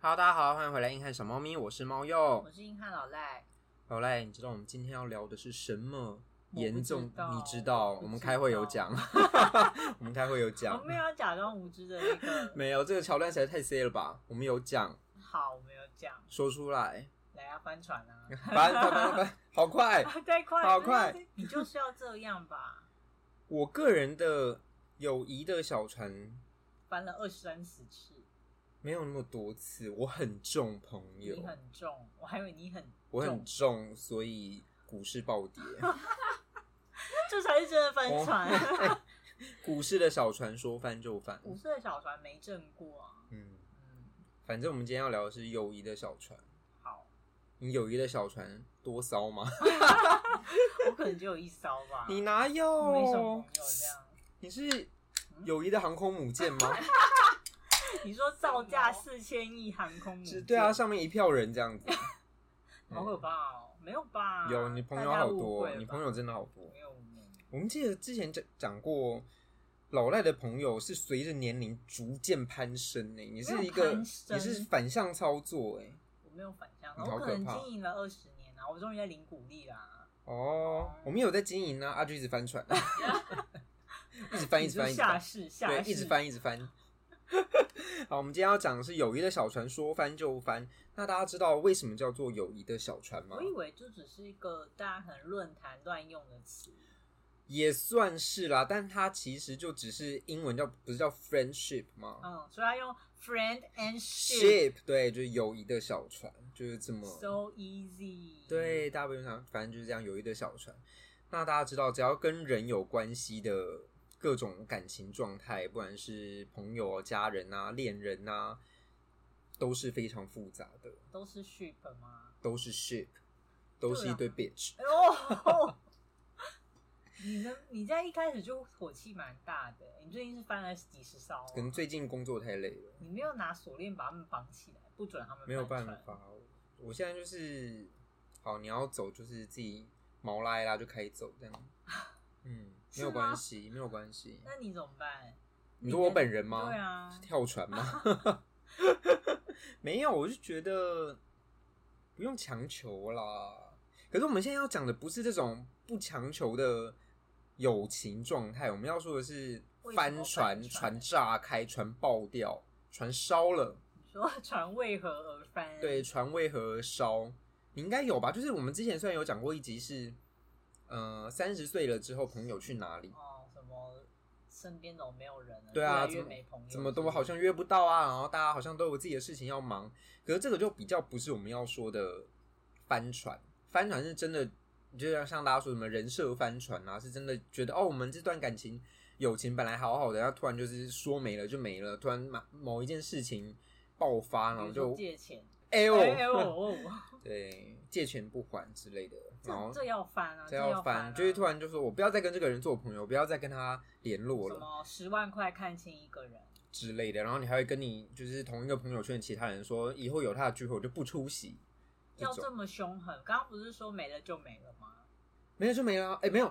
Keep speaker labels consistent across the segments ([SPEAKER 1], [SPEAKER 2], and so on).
[SPEAKER 1] Hello，大家好，欢迎回来《硬汉小猫咪》，我是猫鼬
[SPEAKER 2] 我。是硬汉老赖，
[SPEAKER 1] 好嘞，你知道我们今天要聊的是什么？
[SPEAKER 2] 我不
[SPEAKER 1] 严重
[SPEAKER 2] 知，道
[SPEAKER 1] 你知道？
[SPEAKER 2] 我不知道
[SPEAKER 1] 我们开会有讲， 我们开会有
[SPEAKER 2] 我
[SPEAKER 1] 讲，
[SPEAKER 2] 没有假装无知的那个。
[SPEAKER 1] 没有这个桥段实在太 C 了吧？我们有讲，
[SPEAKER 2] 好，我没有讲，
[SPEAKER 1] 说出来，
[SPEAKER 2] 来啊，翻船 啊，
[SPEAKER 1] 翻翻翻翻，好快！
[SPEAKER 2] 太快，
[SPEAKER 1] 好快，
[SPEAKER 2] 你就是要这样吧？
[SPEAKER 1] 我个人的友谊的小船
[SPEAKER 2] 翻了二三十次，
[SPEAKER 1] 没有那么多次，我很重朋友
[SPEAKER 2] 你，很重，我还以为你很重，
[SPEAKER 1] 我很重，所以股市暴 跌，
[SPEAKER 2] 这才是真的翻船。
[SPEAKER 1] 股市的小船说翻就翻。
[SPEAKER 2] 五岁的小船没正过啊，
[SPEAKER 1] 嗯，
[SPEAKER 2] 嗯，
[SPEAKER 1] 反正我们今天要聊的是友谊的小船。
[SPEAKER 2] 好，
[SPEAKER 1] 你友谊的小船多骚 吗？
[SPEAKER 2] 我可能只有一艘吧，
[SPEAKER 1] 你哪
[SPEAKER 2] 我没什
[SPEAKER 1] 有
[SPEAKER 2] 么朋？友这样。
[SPEAKER 1] 你是友谊的航空母舰 吗？
[SPEAKER 2] 你说造价四千亿航空母
[SPEAKER 1] 是，
[SPEAKER 2] 舰，
[SPEAKER 1] 对啊，，上面一票人这样 子。
[SPEAKER 2] 好可怕哦，没有吧？
[SPEAKER 1] 有你朋友
[SPEAKER 2] 大家
[SPEAKER 1] 好
[SPEAKER 2] 误
[SPEAKER 1] 多
[SPEAKER 2] 会，了
[SPEAKER 1] 你
[SPEAKER 2] 吧
[SPEAKER 1] 朋友真的好多。
[SPEAKER 2] 没有没有。
[SPEAKER 1] 我们记得之前讲讲过，老赖的朋友是随着年龄逐渐攀升呢、欸你是一
[SPEAKER 2] 没有
[SPEAKER 1] 个，
[SPEAKER 2] 攀升
[SPEAKER 1] 你是反向操作哎、
[SPEAKER 2] 我没有反向，
[SPEAKER 1] 嗯你好
[SPEAKER 2] 我
[SPEAKER 1] 可
[SPEAKER 2] 可能
[SPEAKER 1] 怕
[SPEAKER 2] 经营了二十年啊，我终于在领鼓励啦，
[SPEAKER 1] 哦，我们有在经营啊，阿、啊、就一直翻 船， 一直翻，一直翻，一
[SPEAKER 2] 你就
[SPEAKER 1] 直翻
[SPEAKER 2] 下。市下
[SPEAKER 1] 对，
[SPEAKER 2] 市，
[SPEAKER 1] 一直。翻，一直翻。 好，我们今天要讲的是友谊的小船，说翻就翻。那大家知道为什么叫做友谊的小船吗
[SPEAKER 2] 我？以为就只是一个大家可能论坛乱用的词，
[SPEAKER 1] 也算是啦，但它其实就只是英文叫不是叫 friendship 吗、
[SPEAKER 2] 嗯，所以他用 friend and ship
[SPEAKER 1] 哦 ship 对，就是友谊的小船，就是这么。
[SPEAKER 2] so easy，，
[SPEAKER 1] 对，大家不用想，反正就是这样，友谊的小船。那大家知道，只要跟人有关系的各种感情状态，不管是朋友、家人啊、恋人啊，都是非常复杂的。
[SPEAKER 2] 都是 ship 吗？
[SPEAKER 1] 都是 ship，都是一堆 bitch。
[SPEAKER 2] 哎呦， 你呢？你在一开始就火气蛮大的，欸你最近是翻了几十艘啊、
[SPEAKER 1] 可能最近工作太累了，
[SPEAKER 2] 你没有拿锁链把他们绑起来，不准他们
[SPEAKER 1] 没有
[SPEAKER 2] 翻
[SPEAKER 1] 办
[SPEAKER 2] 船。
[SPEAKER 1] 法。我现在就是，好，你要走就是自己毛拉一拉就开走这样。嗯，没有
[SPEAKER 2] 是吗
[SPEAKER 1] 关系，没有关系。
[SPEAKER 2] 那你怎么办？
[SPEAKER 1] 你说我本人吗？
[SPEAKER 2] 对啊，
[SPEAKER 1] 跳船吗？ 没有，我是觉得不用强求啦。可是我们现在要讲的不是这种不强求的友情状态，我们要说的是
[SPEAKER 2] 为什么
[SPEAKER 1] 帆船、
[SPEAKER 2] 帆
[SPEAKER 1] 船
[SPEAKER 2] 船
[SPEAKER 1] 炸开、船爆掉、船烧了，
[SPEAKER 2] 你说 船为何 而翻？
[SPEAKER 1] 对，船为何而烧？你应该有吧？就是我们之前虽然有讲过一集是，呃，三十岁了之后朋友去哪里？
[SPEAKER 2] 哦，什么身边怎么没有人了？
[SPEAKER 1] 对啊，
[SPEAKER 2] 越来
[SPEAKER 1] 怎
[SPEAKER 2] 越
[SPEAKER 1] 么
[SPEAKER 2] 没朋友，
[SPEAKER 1] 怎么都好像约不到啊，然后大家好像都有自己的事情要忙。可是这个就比较不是我们要说的帆船，帆船是真的，就像像大家说什么人设帆船啊，是真的觉得哦，我们这段感情友情本来好好的，然后突然就是说没了就没了，突然某某一件事情爆发，然
[SPEAKER 2] 比
[SPEAKER 1] 后
[SPEAKER 2] 如说
[SPEAKER 1] 就
[SPEAKER 2] 借钱，
[SPEAKER 1] 哎呦，
[SPEAKER 2] 哎呦，哦
[SPEAKER 1] 对，借钱不还之类的， 然后
[SPEAKER 2] 这这要翻啊，
[SPEAKER 1] 这
[SPEAKER 2] 要
[SPEAKER 1] 要翻，
[SPEAKER 2] 啊
[SPEAKER 1] 就是突然就说我不要再跟这个人做朋友，不要再跟他联络
[SPEAKER 2] 什
[SPEAKER 1] 了。
[SPEAKER 2] 么十万块看清一个人，
[SPEAKER 1] 之类的，然后你还会跟你就是同一个朋友圈的其他人说，以后有他的聚会我就不出席，这
[SPEAKER 2] 要
[SPEAKER 1] 种
[SPEAKER 2] 这么凶狠？刚刚不是说没了就没了吗？
[SPEAKER 1] 没了就没了啊，哎、没有，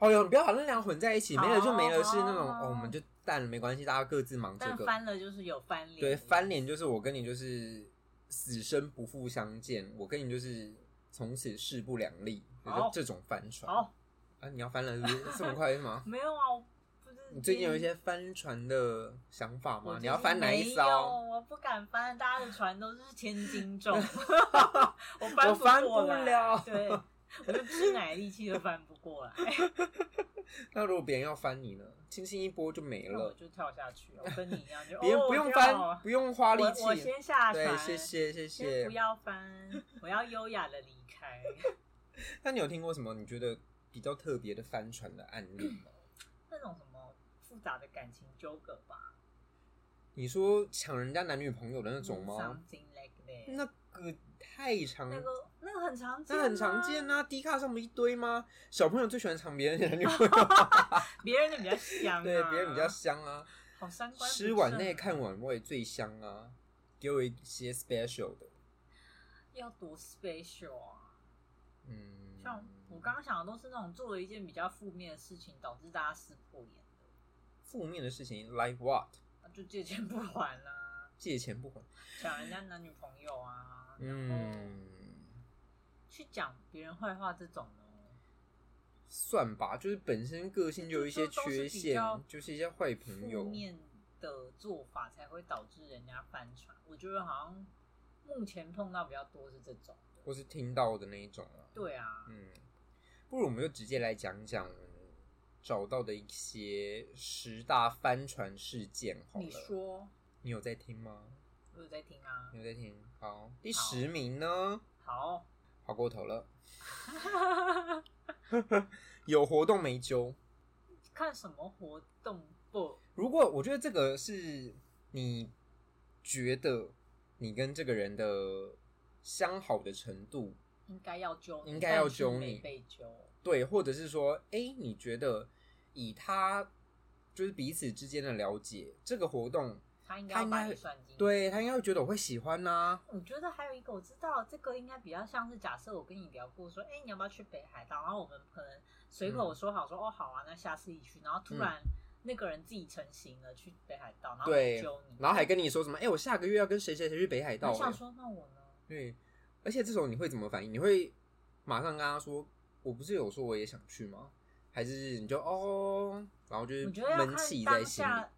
[SPEAKER 1] 哦哟，你不要把那两个混在一起，没了就没了
[SPEAKER 2] 哦
[SPEAKER 1] 是那种哦，我们就淡了，没关系，大家各自忙这
[SPEAKER 2] 但
[SPEAKER 1] 个，
[SPEAKER 2] 翻了就是有翻脸，
[SPEAKER 1] 对，翻脸就是我跟你就是死生不复相见，我跟你就是从此势不两立，就是
[SPEAKER 2] 好
[SPEAKER 1] 这种帆船
[SPEAKER 2] 好
[SPEAKER 1] 啊，你要翻了是不是这么快是 吗？
[SPEAKER 2] 没有啊？我不是
[SPEAKER 1] 你最近有一。些翻船的想法
[SPEAKER 2] 嗯
[SPEAKER 1] 吗？
[SPEAKER 2] 我最近
[SPEAKER 1] 啊你要翻哪一
[SPEAKER 2] 没有
[SPEAKER 1] 艘？
[SPEAKER 2] 我不敢翻，大家的船都是千 斤重，我
[SPEAKER 1] 我
[SPEAKER 2] 翻
[SPEAKER 1] 翻
[SPEAKER 2] 过
[SPEAKER 1] 不
[SPEAKER 2] 来
[SPEAKER 1] 了
[SPEAKER 2] 对，我就吃奶力气都翻不 过来。
[SPEAKER 1] 那如果别人要翻你呢？轻轻一拨就没
[SPEAKER 2] 那我
[SPEAKER 1] 了。
[SPEAKER 2] 就跳下去，我跟你一样，就
[SPEAKER 1] 别人
[SPEAKER 2] 哦
[SPEAKER 1] 不用
[SPEAKER 2] 跳
[SPEAKER 1] 翻，
[SPEAKER 2] 啊
[SPEAKER 1] 不用花力
[SPEAKER 2] 我我
[SPEAKER 1] 气。
[SPEAKER 2] 先下
[SPEAKER 1] 对，
[SPEAKER 2] 船，
[SPEAKER 1] 谢，谢谢
[SPEAKER 2] 先
[SPEAKER 1] 谢
[SPEAKER 2] 不。要翻，我要优雅的离开。
[SPEAKER 1] 那你有听过什么你觉得比较特别的帆船的案 例吗？
[SPEAKER 2] 那种什么复杂的感情纠葛吧，
[SPEAKER 1] 你说抢人家男女朋友的那种吗？
[SPEAKER 2] ？Something like that，
[SPEAKER 1] 那个太常，
[SPEAKER 2] 嗯那个那个很常见，
[SPEAKER 1] 那很常见
[SPEAKER 2] 啊，
[SPEAKER 1] 啊，低卡上不是一堆吗？小朋友最喜欢抢别人的男女朋友，
[SPEAKER 2] 别人的比较香啊，
[SPEAKER 1] 对，别人比较香 啊，
[SPEAKER 2] 好三观不正啊，
[SPEAKER 1] 吃碗内看碗外最香啊，给我一些 special 的，
[SPEAKER 2] 要多 special 啊。
[SPEAKER 1] 嗯，
[SPEAKER 2] 像我刚刚想的都是那种做了一件比较负面的事情，导致大家撕破脸的，
[SPEAKER 1] 负面的事情，like what？
[SPEAKER 2] 啊就借钱不还啦、
[SPEAKER 1] 借钱不还。
[SPEAKER 2] 讲人家男女朋友啊，
[SPEAKER 1] 嗯，
[SPEAKER 2] 去讲别人坏话这种呢，
[SPEAKER 1] 算吧，就是本身个性嗯就有一些缺
[SPEAKER 2] 这都是比
[SPEAKER 1] 陷
[SPEAKER 2] 较，
[SPEAKER 1] 就是一些坏朋
[SPEAKER 2] 负
[SPEAKER 1] 友。
[SPEAKER 2] 面的做法才会导致人家翻船。我觉得好像目前碰到比较多是这种的。
[SPEAKER 1] 或是听到的那一种啊。
[SPEAKER 2] 对啊，
[SPEAKER 1] 嗯，不如我们就直接来讲讲我们找到的一些十大帆船事件嗯好了。
[SPEAKER 2] 你说
[SPEAKER 1] 你有在听吗？
[SPEAKER 2] 我有在听啊
[SPEAKER 1] 你，有在听？好，第十名呢？
[SPEAKER 2] 好，
[SPEAKER 1] 跑过头了，有活动没揪。
[SPEAKER 2] 看什么活动不？
[SPEAKER 1] 如果我觉得这个是你觉得你跟这个人的相好的程度，
[SPEAKER 2] 应该要揪你，
[SPEAKER 1] 应该要揪
[SPEAKER 2] 但是
[SPEAKER 1] 你
[SPEAKER 2] 没被揪，
[SPEAKER 1] 对，或者是说，哎，你觉得以他就是彼此之间的了解，这个活动，
[SPEAKER 2] 他应该
[SPEAKER 1] 他
[SPEAKER 2] 要
[SPEAKER 1] 应
[SPEAKER 2] 把
[SPEAKER 1] 该
[SPEAKER 2] 你算进去。
[SPEAKER 1] 对他应该会觉得我会喜欢呐、
[SPEAKER 2] 我觉得还有一个我知道，这个应该比较像是假设我跟你聊过说，哎、你要不要去北海道？然后我们可能随口
[SPEAKER 1] 嗯
[SPEAKER 2] 说好说，哦，好啊，那下次一起去。然后突然那个人自己成型了去北海道，然后
[SPEAKER 1] 对
[SPEAKER 2] 揪你，
[SPEAKER 1] 然后还跟你说什么，哎，我下个月要跟谁谁谁去北海道、
[SPEAKER 2] 我想
[SPEAKER 1] 诶
[SPEAKER 2] 说那我呢？
[SPEAKER 1] 对，而且这时候你会怎么反应？你会马上跟他说，我不是有说我也想去吗？还是你就哦，然后就是
[SPEAKER 2] 我觉得要
[SPEAKER 1] 闷
[SPEAKER 2] 看
[SPEAKER 1] 气在
[SPEAKER 2] 当
[SPEAKER 1] 心里
[SPEAKER 2] 下，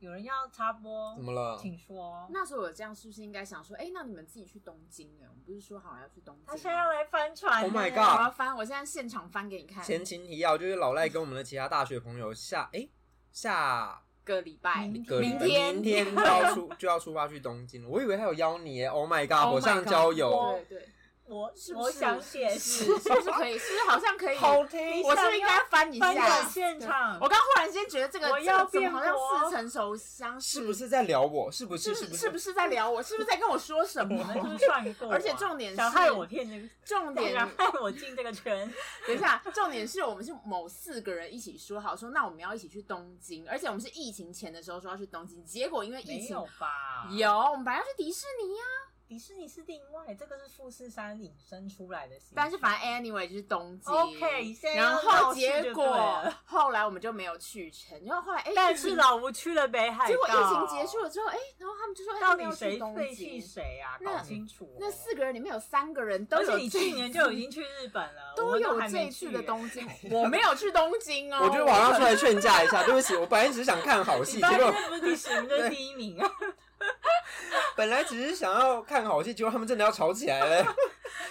[SPEAKER 2] 有人要插播，
[SPEAKER 1] 怎么了？
[SPEAKER 2] 请说。
[SPEAKER 3] 那时候我这样是不是应该想说，哎、那你们自己去东京欸呢？我们不是说好要去东京吗？
[SPEAKER 2] 他现在要来翻船呢
[SPEAKER 1] Oh my
[SPEAKER 3] 我
[SPEAKER 1] god
[SPEAKER 3] 要翻，我现在现场翻给你 看。
[SPEAKER 1] 前情提要就是老赖跟我们的其他大学朋友下哎下
[SPEAKER 3] 个礼拜，
[SPEAKER 2] 明
[SPEAKER 1] 隔离
[SPEAKER 3] 明天
[SPEAKER 1] 明天就要出就要出发去东京了，我以为他有邀你耶，Oh my god，
[SPEAKER 3] Oh my
[SPEAKER 1] 火上浇油，
[SPEAKER 3] 对对，
[SPEAKER 2] 我
[SPEAKER 3] 是不
[SPEAKER 2] 我
[SPEAKER 3] 是
[SPEAKER 2] 想解
[SPEAKER 3] 是
[SPEAKER 2] 释，
[SPEAKER 3] 是不是可以？是不是好像可以？
[SPEAKER 2] 听
[SPEAKER 3] 我是不是应该翻一
[SPEAKER 2] 翻
[SPEAKER 3] 下
[SPEAKER 2] 转？现场
[SPEAKER 3] 我。刚忽然间觉得这个
[SPEAKER 2] 我
[SPEAKER 3] 这
[SPEAKER 2] 要
[SPEAKER 3] 个怎么好
[SPEAKER 2] 辩驳
[SPEAKER 3] 像似曾熟相识，
[SPEAKER 1] 是不是在聊我？是不
[SPEAKER 3] 是
[SPEAKER 1] 是？
[SPEAKER 3] 不是
[SPEAKER 1] 是不
[SPEAKER 3] 是不是在聊我？是不是在跟我说什
[SPEAKER 2] 我 们就
[SPEAKER 3] 么
[SPEAKER 2] 是？算过啊，
[SPEAKER 3] 而且重点是
[SPEAKER 2] 想害我骗这个，
[SPEAKER 3] 重点
[SPEAKER 2] 想，害我进这个圈，
[SPEAKER 3] 等一下，重点是我们是某四个人一起说好说，那我们要一起去东京，而且我们是疫情前的时候说要去东京，结果因为疫
[SPEAKER 2] 没
[SPEAKER 3] 情
[SPEAKER 2] 有吧？
[SPEAKER 3] 有，我们本来要去迪士尼啊呀、
[SPEAKER 2] 迪士尼是另外，这个是富士山引申出来的形象。
[SPEAKER 3] 但是反正哎 anyway 就是东京。
[SPEAKER 2] OK，现在要
[SPEAKER 3] 然后结果
[SPEAKER 2] 闹事就对了
[SPEAKER 3] 后来我们就没有去成，然后后来哎，
[SPEAKER 2] 但
[SPEAKER 3] 疫情
[SPEAKER 2] 是老吴去了北海道，
[SPEAKER 3] 结果疫情结束，了之后，哎，然后他们就说哎
[SPEAKER 2] 到
[SPEAKER 3] 他们要
[SPEAKER 2] 底
[SPEAKER 3] 去
[SPEAKER 2] 谁
[SPEAKER 3] 东
[SPEAKER 2] 废弃
[SPEAKER 3] 京？
[SPEAKER 2] 谁啊？
[SPEAKER 3] 那
[SPEAKER 2] 搞清楚哦。
[SPEAKER 3] 那四个人里面有三个人都
[SPEAKER 2] 而
[SPEAKER 3] 有这，
[SPEAKER 2] 且你去年就已经去日本了，我
[SPEAKER 3] 都
[SPEAKER 2] 们
[SPEAKER 3] 有
[SPEAKER 2] 还
[SPEAKER 3] 这一
[SPEAKER 2] 没
[SPEAKER 3] 次
[SPEAKER 2] 去耶
[SPEAKER 3] 的。东京， 我没有去东京哦。
[SPEAKER 1] 我觉得我好像出来劝架一下，对不起，我本来只是想看好戏，
[SPEAKER 2] 你
[SPEAKER 1] 结
[SPEAKER 2] 当
[SPEAKER 1] 果
[SPEAKER 2] 然不是第十 名，就是第一名啊！
[SPEAKER 1] 本来只是想要看好戏，结果他们真的要吵起来了。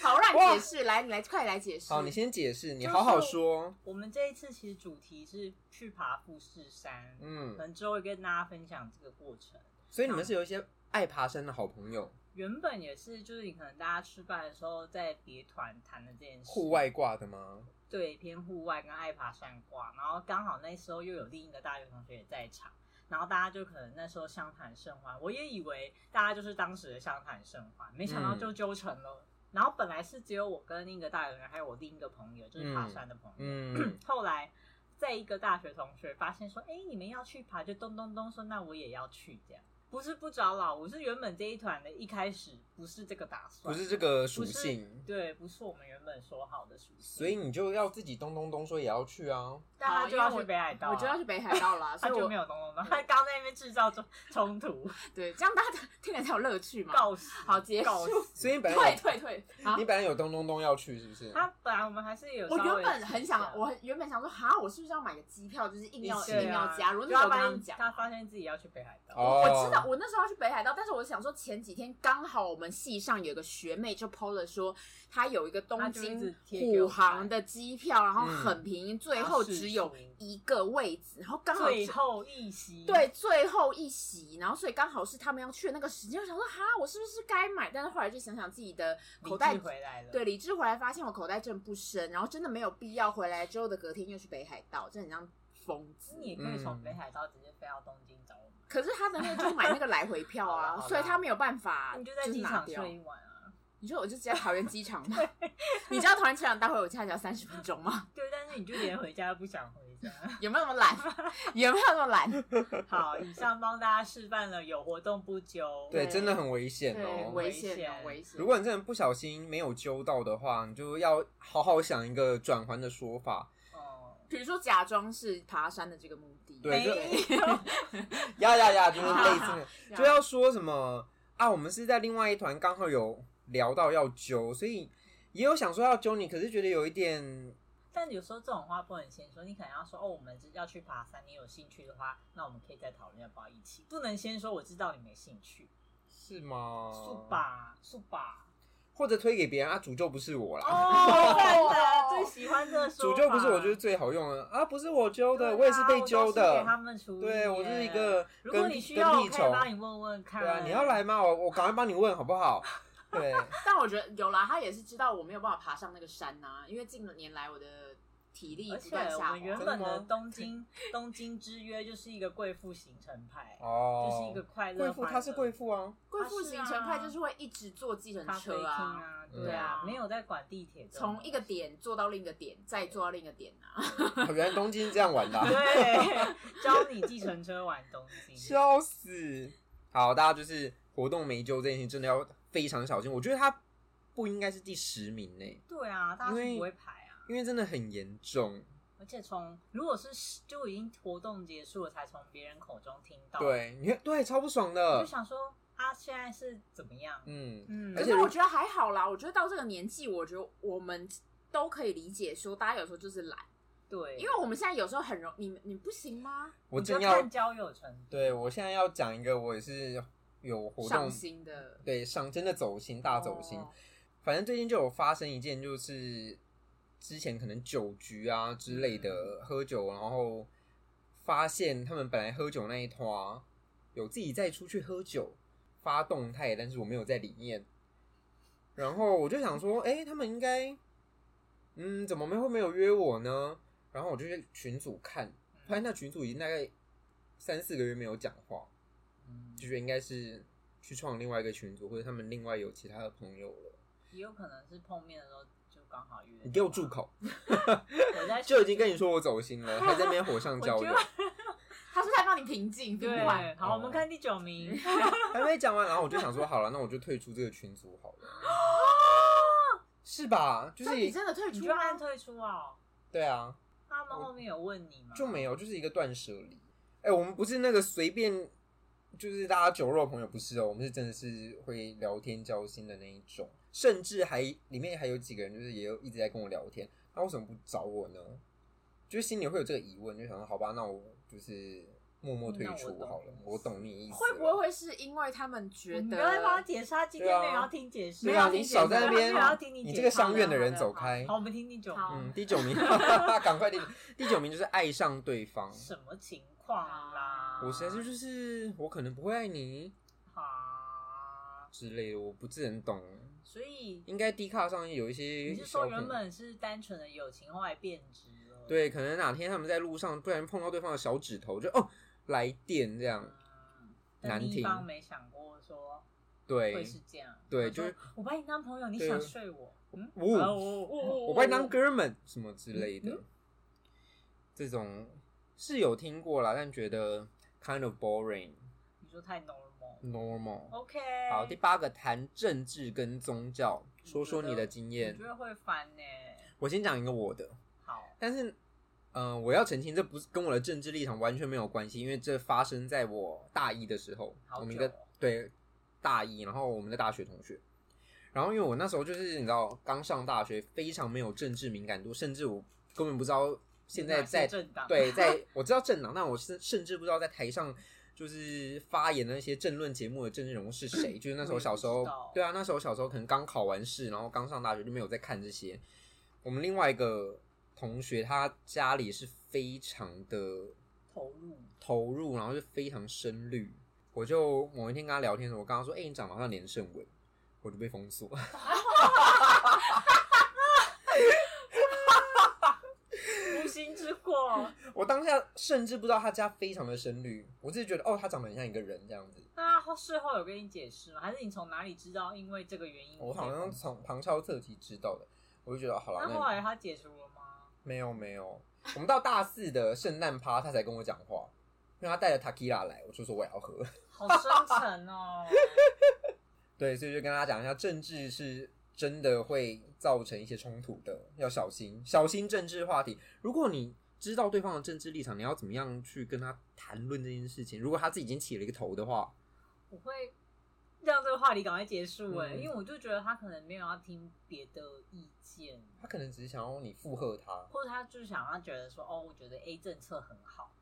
[SPEAKER 3] 好，让你解释，来，你来，快来解释。
[SPEAKER 1] 好，你先解释，你
[SPEAKER 2] 就是
[SPEAKER 1] 好好说。
[SPEAKER 2] 我们这一次其实主题是去爬富士山，可
[SPEAKER 1] 嗯，
[SPEAKER 2] 能之后会跟大家分享这个过程。
[SPEAKER 1] 所以你们是有一些爱爬山的好朋友，
[SPEAKER 2] 原本也是，就是你可能大家吃饭的时候在别团谈的这件事，
[SPEAKER 1] 户外挂的吗？
[SPEAKER 2] 对偏户外跟爱爬山挂，然后刚好那时候又有另一个大学同学也在场，然后大家就可能那时候相谈甚欢，我也以为大家就是当时的相谈甚欢，没想
[SPEAKER 1] 嗯
[SPEAKER 2] 到就纠成了。然后本来是只有我跟另一个大学同学，还有我另一个朋友，就是爬山的朋友，
[SPEAKER 1] 嗯
[SPEAKER 2] 后来。在一个大学同学发现说：“哎、你们要去爬，就咚咚咚说，那我也要去。”这样不是不找老吴，是原本这一团的一开始不是这个打算，
[SPEAKER 1] 不是这个
[SPEAKER 2] 不
[SPEAKER 1] 属
[SPEAKER 2] 是
[SPEAKER 1] 性，
[SPEAKER 2] 对，不是我们原本说好的属性，
[SPEAKER 1] 所以你就要自己咚咚咚说也要去啊。
[SPEAKER 2] 但他就要去北海道啊、
[SPEAKER 3] 我就要去北海道 啦，所
[SPEAKER 2] 他
[SPEAKER 3] 以
[SPEAKER 2] 就
[SPEAKER 3] 我
[SPEAKER 2] 没有咚咚咚，他刚在那边制造冲冲突，
[SPEAKER 3] 对这样大家听起来才有乐趣嘛。
[SPEAKER 2] 告死，
[SPEAKER 3] 好结束
[SPEAKER 2] 告死。
[SPEAKER 1] 所以你本来
[SPEAKER 3] 退退
[SPEAKER 1] 有
[SPEAKER 3] 退，好
[SPEAKER 1] 你。本来有咚咚咚要去，是不是？
[SPEAKER 2] 他本来我们还是有稍
[SPEAKER 3] 我
[SPEAKER 2] 微
[SPEAKER 3] 原本很
[SPEAKER 2] 讲
[SPEAKER 3] 想，我很原本想说，哈，我是不是要买个机票，就是硬要
[SPEAKER 1] 一起
[SPEAKER 3] 硬
[SPEAKER 2] 对啊
[SPEAKER 3] 要加入？
[SPEAKER 2] 就
[SPEAKER 3] 那时候跟
[SPEAKER 2] 他发
[SPEAKER 3] 他们
[SPEAKER 2] 现
[SPEAKER 3] 讲，
[SPEAKER 2] 他发现自己要去北海道，
[SPEAKER 1] 哦，
[SPEAKER 3] 我知道，我那时候要去北海道，但是我想说前几天刚好我们系上有个学妹就 PO 了说，她有一个东
[SPEAKER 2] 她就一
[SPEAKER 3] 京
[SPEAKER 2] 直贴给
[SPEAKER 3] 虎
[SPEAKER 2] 我看
[SPEAKER 3] 航的机票，然后很便宜，最后只有一个位置，然后刚好
[SPEAKER 2] 最后一席，
[SPEAKER 3] 对最后一席，然后所以刚好是他们要去的那个时间，我想说哈，我是不是该买？但是后来就想想自己的
[SPEAKER 2] 理
[SPEAKER 3] 口袋
[SPEAKER 2] 智。回来了，
[SPEAKER 3] 对，理智回来发现我口袋真的不深，然后真的没有必要。回来之后的隔天又去北海道，真的很像疯子。
[SPEAKER 2] 你也可以从
[SPEAKER 1] 嗯
[SPEAKER 2] 北海道直接飞到东京找我们，
[SPEAKER 3] 可是他的那个就买那个来回票
[SPEAKER 2] 好啦
[SPEAKER 3] 啊
[SPEAKER 2] 好，啦
[SPEAKER 3] 所以他没有办法，
[SPEAKER 2] 啊
[SPEAKER 1] 啊
[SPEAKER 2] 你就在
[SPEAKER 3] 是
[SPEAKER 2] 机
[SPEAKER 3] 拿
[SPEAKER 2] 场
[SPEAKER 3] 掉。
[SPEAKER 2] 睡一晚啊。
[SPEAKER 3] 你说我就直接桃园机场 吗？你知道桃园机场待会我恰恰三十分钟 吗？
[SPEAKER 2] 对，但是你就连回家都不想回家。
[SPEAKER 3] 有没有那么懒？有没有那么懒？
[SPEAKER 2] 好，以上帮大家示范了有活动不揪，
[SPEAKER 1] 对，
[SPEAKER 3] 对
[SPEAKER 1] 真的很危险
[SPEAKER 3] 对，
[SPEAKER 1] 哦。
[SPEAKER 3] 危
[SPEAKER 2] 危
[SPEAKER 3] 险哦，
[SPEAKER 2] 险
[SPEAKER 3] 危险。
[SPEAKER 1] 如果你真的不小心没有揪到的话，你就要好好想一个转环的说法。
[SPEAKER 2] 哦，
[SPEAKER 3] 比如说假装是爬山的这个目的，
[SPEAKER 1] 对
[SPEAKER 2] 没
[SPEAKER 1] 就
[SPEAKER 2] 有，
[SPEAKER 1] 呀呀呀，就是类似那个
[SPEAKER 3] 这样
[SPEAKER 1] 就要说什么啊？我们是在另外一团刚好有聊到要揪，所以也有想说要揪你，可是觉得有一点
[SPEAKER 2] 但有时候这种话不能先说，你可能要说哦，我们要去爬山，你有兴趣的话，那我们可以再讨论要不要一起。不能先说我知道你没兴趣，
[SPEAKER 1] 是吗？
[SPEAKER 2] 速，吧速吧。
[SPEAKER 1] 或者推给别人啊？诅咒不是我啦，
[SPEAKER 2] 哦，真的最喜欢这个说
[SPEAKER 1] 诅
[SPEAKER 2] 法
[SPEAKER 1] 咒不是我就是最好用的啊！不是我揪
[SPEAKER 2] 对
[SPEAKER 1] 的，
[SPEAKER 2] 啊
[SPEAKER 1] 我也是被揪
[SPEAKER 2] 我都是给
[SPEAKER 1] 的。
[SPEAKER 2] 他们处理耶
[SPEAKER 1] 对，我就是一个
[SPEAKER 2] 如果
[SPEAKER 1] 跟
[SPEAKER 2] 你需要，
[SPEAKER 1] 跟
[SPEAKER 2] 我
[SPEAKER 1] 屁
[SPEAKER 2] 可以
[SPEAKER 1] 虫，
[SPEAKER 2] 帮你问问看。
[SPEAKER 1] 对啊，你要来吗？我我赶快帮你问好不 好？对，
[SPEAKER 3] 但我觉得有啦，他也是知道我没有办法爬上那个山呐、因为近年来我的体力
[SPEAKER 2] 而
[SPEAKER 3] 不
[SPEAKER 2] 且
[SPEAKER 3] 断
[SPEAKER 2] 我
[SPEAKER 3] 下
[SPEAKER 2] 们原
[SPEAKER 3] 滑。
[SPEAKER 1] 真
[SPEAKER 2] 本
[SPEAKER 1] 的
[SPEAKER 2] 的
[SPEAKER 1] 吗
[SPEAKER 2] 东京东京之约就是一个贵妇行程派，
[SPEAKER 1] 哦，
[SPEAKER 2] 就是一个快乐。
[SPEAKER 1] 贵妇，她是贵，妇啊，
[SPEAKER 3] 贵妇
[SPEAKER 2] 啊是啊
[SPEAKER 3] 行程派就是会一直坐计程
[SPEAKER 2] 咖啡
[SPEAKER 3] 车
[SPEAKER 2] 厅
[SPEAKER 3] 啊，
[SPEAKER 2] 啊，
[SPEAKER 1] 嗯
[SPEAKER 2] 对啊
[SPEAKER 3] 对啊，
[SPEAKER 2] 没有在管地铁这种东西。
[SPEAKER 3] 从一个点坐到另一个点，再坐到另一个点啊。
[SPEAKER 1] 哦原来东京是这样玩的啊、
[SPEAKER 2] 对，教你计程车玩东 京。
[SPEAKER 3] 啊
[SPEAKER 1] 笑死！好，大家就是活动没揪这件事情真的要非常小心。我觉得他不应该是第十名呢，
[SPEAKER 2] 对啊，大家
[SPEAKER 1] 因
[SPEAKER 2] 是
[SPEAKER 1] 为
[SPEAKER 2] 不会排啊。
[SPEAKER 1] 因为真的很严重。
[SPEAKER 2] 而且从如果是就已经活动结束了，才从别人口中听到，，
[SPEAKER 1] 对，你看，对，超不爽
[SPEAKER 2] 我
[SPEAKER 1] 的
[SPEAKER 2] 就。想说啊，现在是怎么样？
[SPEAKER 1] 嗯，
[SPEAKER 2] 嗯，
[SPEAKER 1] 而
[SPEAKER 3] 可
[SPEAKER 1] 且
[SPEAKER 3] 是我觉得还好啦，我觉得到这个年纪，我觉得我们都可以理解，说大家有时候就是懒，
[SPEAKER 2] 对，
[SPEAKER 3] 因为我们现在有时候很容你你不行吗？
[SPEAKER 1] 我
[SPEAKER 2] 你就
[SPEAKER 1] 正要
[SPEAKER 2] 看交友程度，
[SPEAKER 1] 对我现在要讲一个，我也是有活
[SPEAKER 3] 上
[SPEAKER 1] 动，
[SPEAKER 3] 心的
[SPEAKER 1] 对上真的走心，大走心。
[SPEAKER 3] 哦
[SPEAKER 1] 反正最近就有发生一件，就是之前可能酒局啊之类的、
[SPEAKER 3] 嗯
[SPEAKER 1] 喝酒，然后发现他们本来喝酒那一团啊有自己再出去喝酒发动态，但是我没有在里面。然后我就想说，哎、他们应该，嗯，怎么没会没有约我呢？然后我就去群组看，发现那群组已经大概三四个月没有讲话，
[SPEAKER 2] 嗯
[SPEAKER 1] 就觉得应该是去创另外一个群组，或者他们另外有其他的朋友了。
[SPEAKER 2] 也有可能是碰面的时候就刚好约。
[SPEAKER 1] 你给我住！口！
[SPEAKER 2] 我在
[SPEAKER 1] 就已经跟你说我走心了，还在那边火上浇油，
[SPEAKER 3] 他是在帮你平静，平
[SPEAKER 2] 对
[SPEAKER 3] 缓。，
[SPEAKER 2] 好，我们看第九
[SPEAKER 3] 嗯
[SPEAKER 2] 名，
[SPEAKER 1] 还没讲完，然后我就想说，好了，那我就退出这个群组好了，是吧？就
[SPEAKER 3] 所以你
[SPEAKER 1] 是
[SPEAKER 3] 真的退
[SPEAKER 2] 你
[SPEAKER 3] 出啊
[SPEAKER 2] 就按
[SPEAKER 3] 吗？
[SPEAKER 2] 退出哦。
[SPEAKER 1] 对啊，
[SPEAKER 2] 他们后面有问你吗？
[SPEAKER 1] 就没有，就是一个断舍离。哎、我们不是那个随便，就是大家酒肉朋友不是哦，我们是真的是会聊天交心的那一种，甚至还里面还有几个人就是也有一直在跟我聊天，那为什么不找我呢？就是心里会有这个疑问，就想说好吧，那我就是默默退出
[SPEAKER 2] 那我懂
[SPEAKER 1] 好了，我懂你意思了。
[SPEAKER 3] 会不会会是因为他们觉
[SPEAKER 2] 你不
[SPEAKER 3] 得
[SPEAKER 2] 要再帮他解释，他今天
[SPEAKER 1] 对啊
[SPEAKER 2] 没有要听解释，
[SPEAKER 1] 对
[SPEAKER 3] 有
[SPEAKER 1] 啊，
[SPEAKER 3] 听
[SPEAKER 1] 你
[SPEAKER 3] 解
[SPEAKER 1] 少
[SPEAKER 3] 释
[SPEAKER 1] 在那
[SPEAKER 2] 他没
[SPEAKER 1] 边
[SPEAKER 2] 有要听，你
[SPEAKER 1] 你
[SPEAKER 2] 解
[SPEAKER 1] 这个
[SPEAKER 2] 释
[SPEAKER 1] 伤院
[SPEAKER 2] 好的
[SPEAKER 1] 的人
[SPEAKER 3] 好的
[SPEAKER 1] 走开
[SPEAKER 2] 好。我们听第九名
[SPEAKER 3] 好，
[SPEAKER 1] 嗯，第九名， 赶快第九第九名就是爱上对方。
[SPEAKER 3] 啊
[SPEAKER 2] 什么情况啦？
[SPEAKER 1] 我实在是就是我可能不会爱你
[SPEAKER 2] 好，
[SPEAKER 1] 之类的，我不是很懂。
[SPEAKER 2] 啊所以
[SPEAKER 1] 应该 D 卡上有一
[SPEAKER 2] 你
[SPEAKER 1] 些小
[SPEAKER 2] 是说
[SPEAKER 1] 朋友，
[SPEAKER 2] 原本是单纯的友情，后来变质了？
[SPEAKER 1] 对，可能哪天他们在路上突然碰到对方的小指头，就哦来电这样，
[SPEAKER 2] 嗯，
[SPEAKER 1] 难
[SPEAKER 2] 但另一
[SPEAKER 1] 听
[SPEAKER 2] 方没想过说会
[SPEAKER 1] 对，
[SPEAKER 2] 是这样。
[SPEAKER 1] 对
[SPEAKER 2] 他说
[SPEAKER 1] 就是
[SPEAKER 2] 我把你当朋友，你
[SPEAKER 1] 对
[SPEAKER 2] 想睡我？嗯，
[SPEAKER 1] 哦
[SPEAKER 2] 啊我我嗯
[SPEAKER 1] 我把你当哥们什么之类的，这种是有听过啦，但觉得 kind of boring
[SPEAKER 2] 你说太 normal。
[SPEAKER 1] normal。
[SPEAKER 2] OK，
[SPEAKER 1] 好，第八个谈政治跟宗教，
[SPEAKER 2] 你
[SPEAKER 1] 说说
[SPEAKER 2] 觉得
[SPEAKER 1] 你的经
[SPEAKER 2] 我
[SPEAKER 1] 验
[SPEAKER 2] 觉。得会烦呢。
[SPEAKER 1] 我先讲一个我的，
[SPEAKER 2] 好，
[SPEAKER 1] 但是，嗯、我要澄清，这不是跟我的政治立场完全没有关系，因为这发生在我大一的时候，
[SPEAKER 2] 好久
[SPEAKER 1] 我们一个
[SPEAKER 2] 哦
[SPEAKER 1] 对大一，然后我们的大学同学。然后因为我那时候就是你知道刚上大学，非常没有政治敏感度，甚至我根本不知道现在
[SPEAKER 2] 哪些
[SPEAKER 1] 在
[SPEAKER 2] 政党
[SPEAKER 1] 对， 在我知道政党，但我甚甚至不知道在台上就是发言的那些政论节目的政治人物是谁。就是那时候小时
[SPEAKER 2] 我
[SPEAKER 1] 候
[SPEAKER 2] 也不知道，
[SPEAKER 1] 对啊，那时候小时候可能刚考完试，然后刚上大学就没有在看这些。我们另外一个同学，他家里是非常的
[SPEAKER 2] 投入
[SPEAKER 1] 投入，然后是非常深绿。我就某一天跟他聊天的时候，我刚刚说：“哎、你长得好像连胜文。”我就被封锁。
[SPEAKER 2] 无心之 过
[SPEAKER 1] 我当下甚至不知道他家非常的深绿，我自己觉得哦，他长得很像一个人这样子。
[SPEAKER 2] 那他事后有跟你解释吗？还是你从哪里知道？因为这个原因，
[SPEAKER 1] 我好像从旁敲侧击知道的，我就觉得好了，
[SPEAKER 2] 嗯那后
[SPEAKER 1] 那
[SPEAKER 2] 来他解除了吗？
[SPEAKER 1] 没有没有，我们到大四的圣诞趴，他才跟我讲话，因为他带了 Takila 来，我就说我也要喝，
[SPEAKER 2] 好深沉哦。
[SPEAKER 1] 对，所以就跟他讲一下，政治是真的会造成一些冲突的，要小心，小心政治话题。如果你知道对方的政治立场，你要怎么样去跟他谈论这件事情？如果他自己已经起了一个头的话，
[SPEAKER 2] 我会让这个话题赶快结束哎、
[SPEAKER 1] 嗯
[SPEAKER 2] 因为我就觉得他可能没有要听别的意见，
[SPEAKER 1] 他可能只是想要你附和他。
[SPEAKER 2] 或者他就是想要觉得说，哦，我觉得 A 政策很好，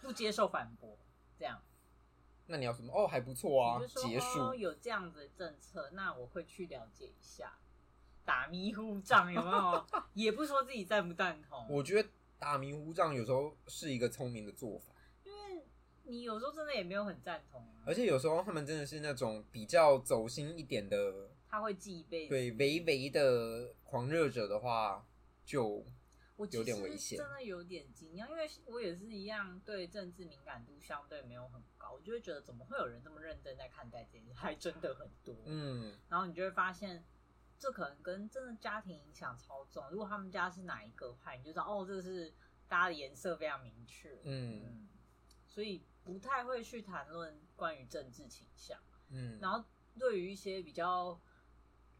[SPEAKER 2] 不接受反驳，这样。
[SPEAKER 1] 那你要什么？哦，还不错啊
[SPEAKER 2] 你，就说
[SPEAKER 1] 结束。
[SPEAKER 2] 哦、有这样子的政策，那我会去了解一下，打迷糊仗有没有？也不说自己赞不赞同，
[SPEAKER 1] 我觉得打迷糊仗有时候是一个聪明的做法，
[SPEAKER 2] 因为你有时候真的也没有很赞同、啊，
[SPEAKER 1] 而且有时候他们真的是那种比较走心一点的，
[SPEAKER 2] 他会记一辈子。
[SPEAKER 1] 对唯唯的狂热者的话，就
[SPEAKER 2] 我其
[SPEAKER 1] 有点
[SPEAKER 2] 实
[SPEAKER 1] 危险
[SPEAKER 2] 真的有点惊讶，因为我也是一样对政治敏感度相对没有很高，我就会觉得怎么会有人这么认真在看待这件事，还真的很多。
[SPEAKER 1] 嗯，
[SPEAKER 2] 然后你就会发现，这可能跟真的家庭影响超重。如果他们家是哪一个派，你就知道哦，这是大家的颜色非常明确。
[SPEAKER 1] 嗯
[SPEAKER 2] 所以不太会去谈论关于政治倾向。
[SPEAKER 1] 嗯，
[SPEAKER 2] 然后对于一些比较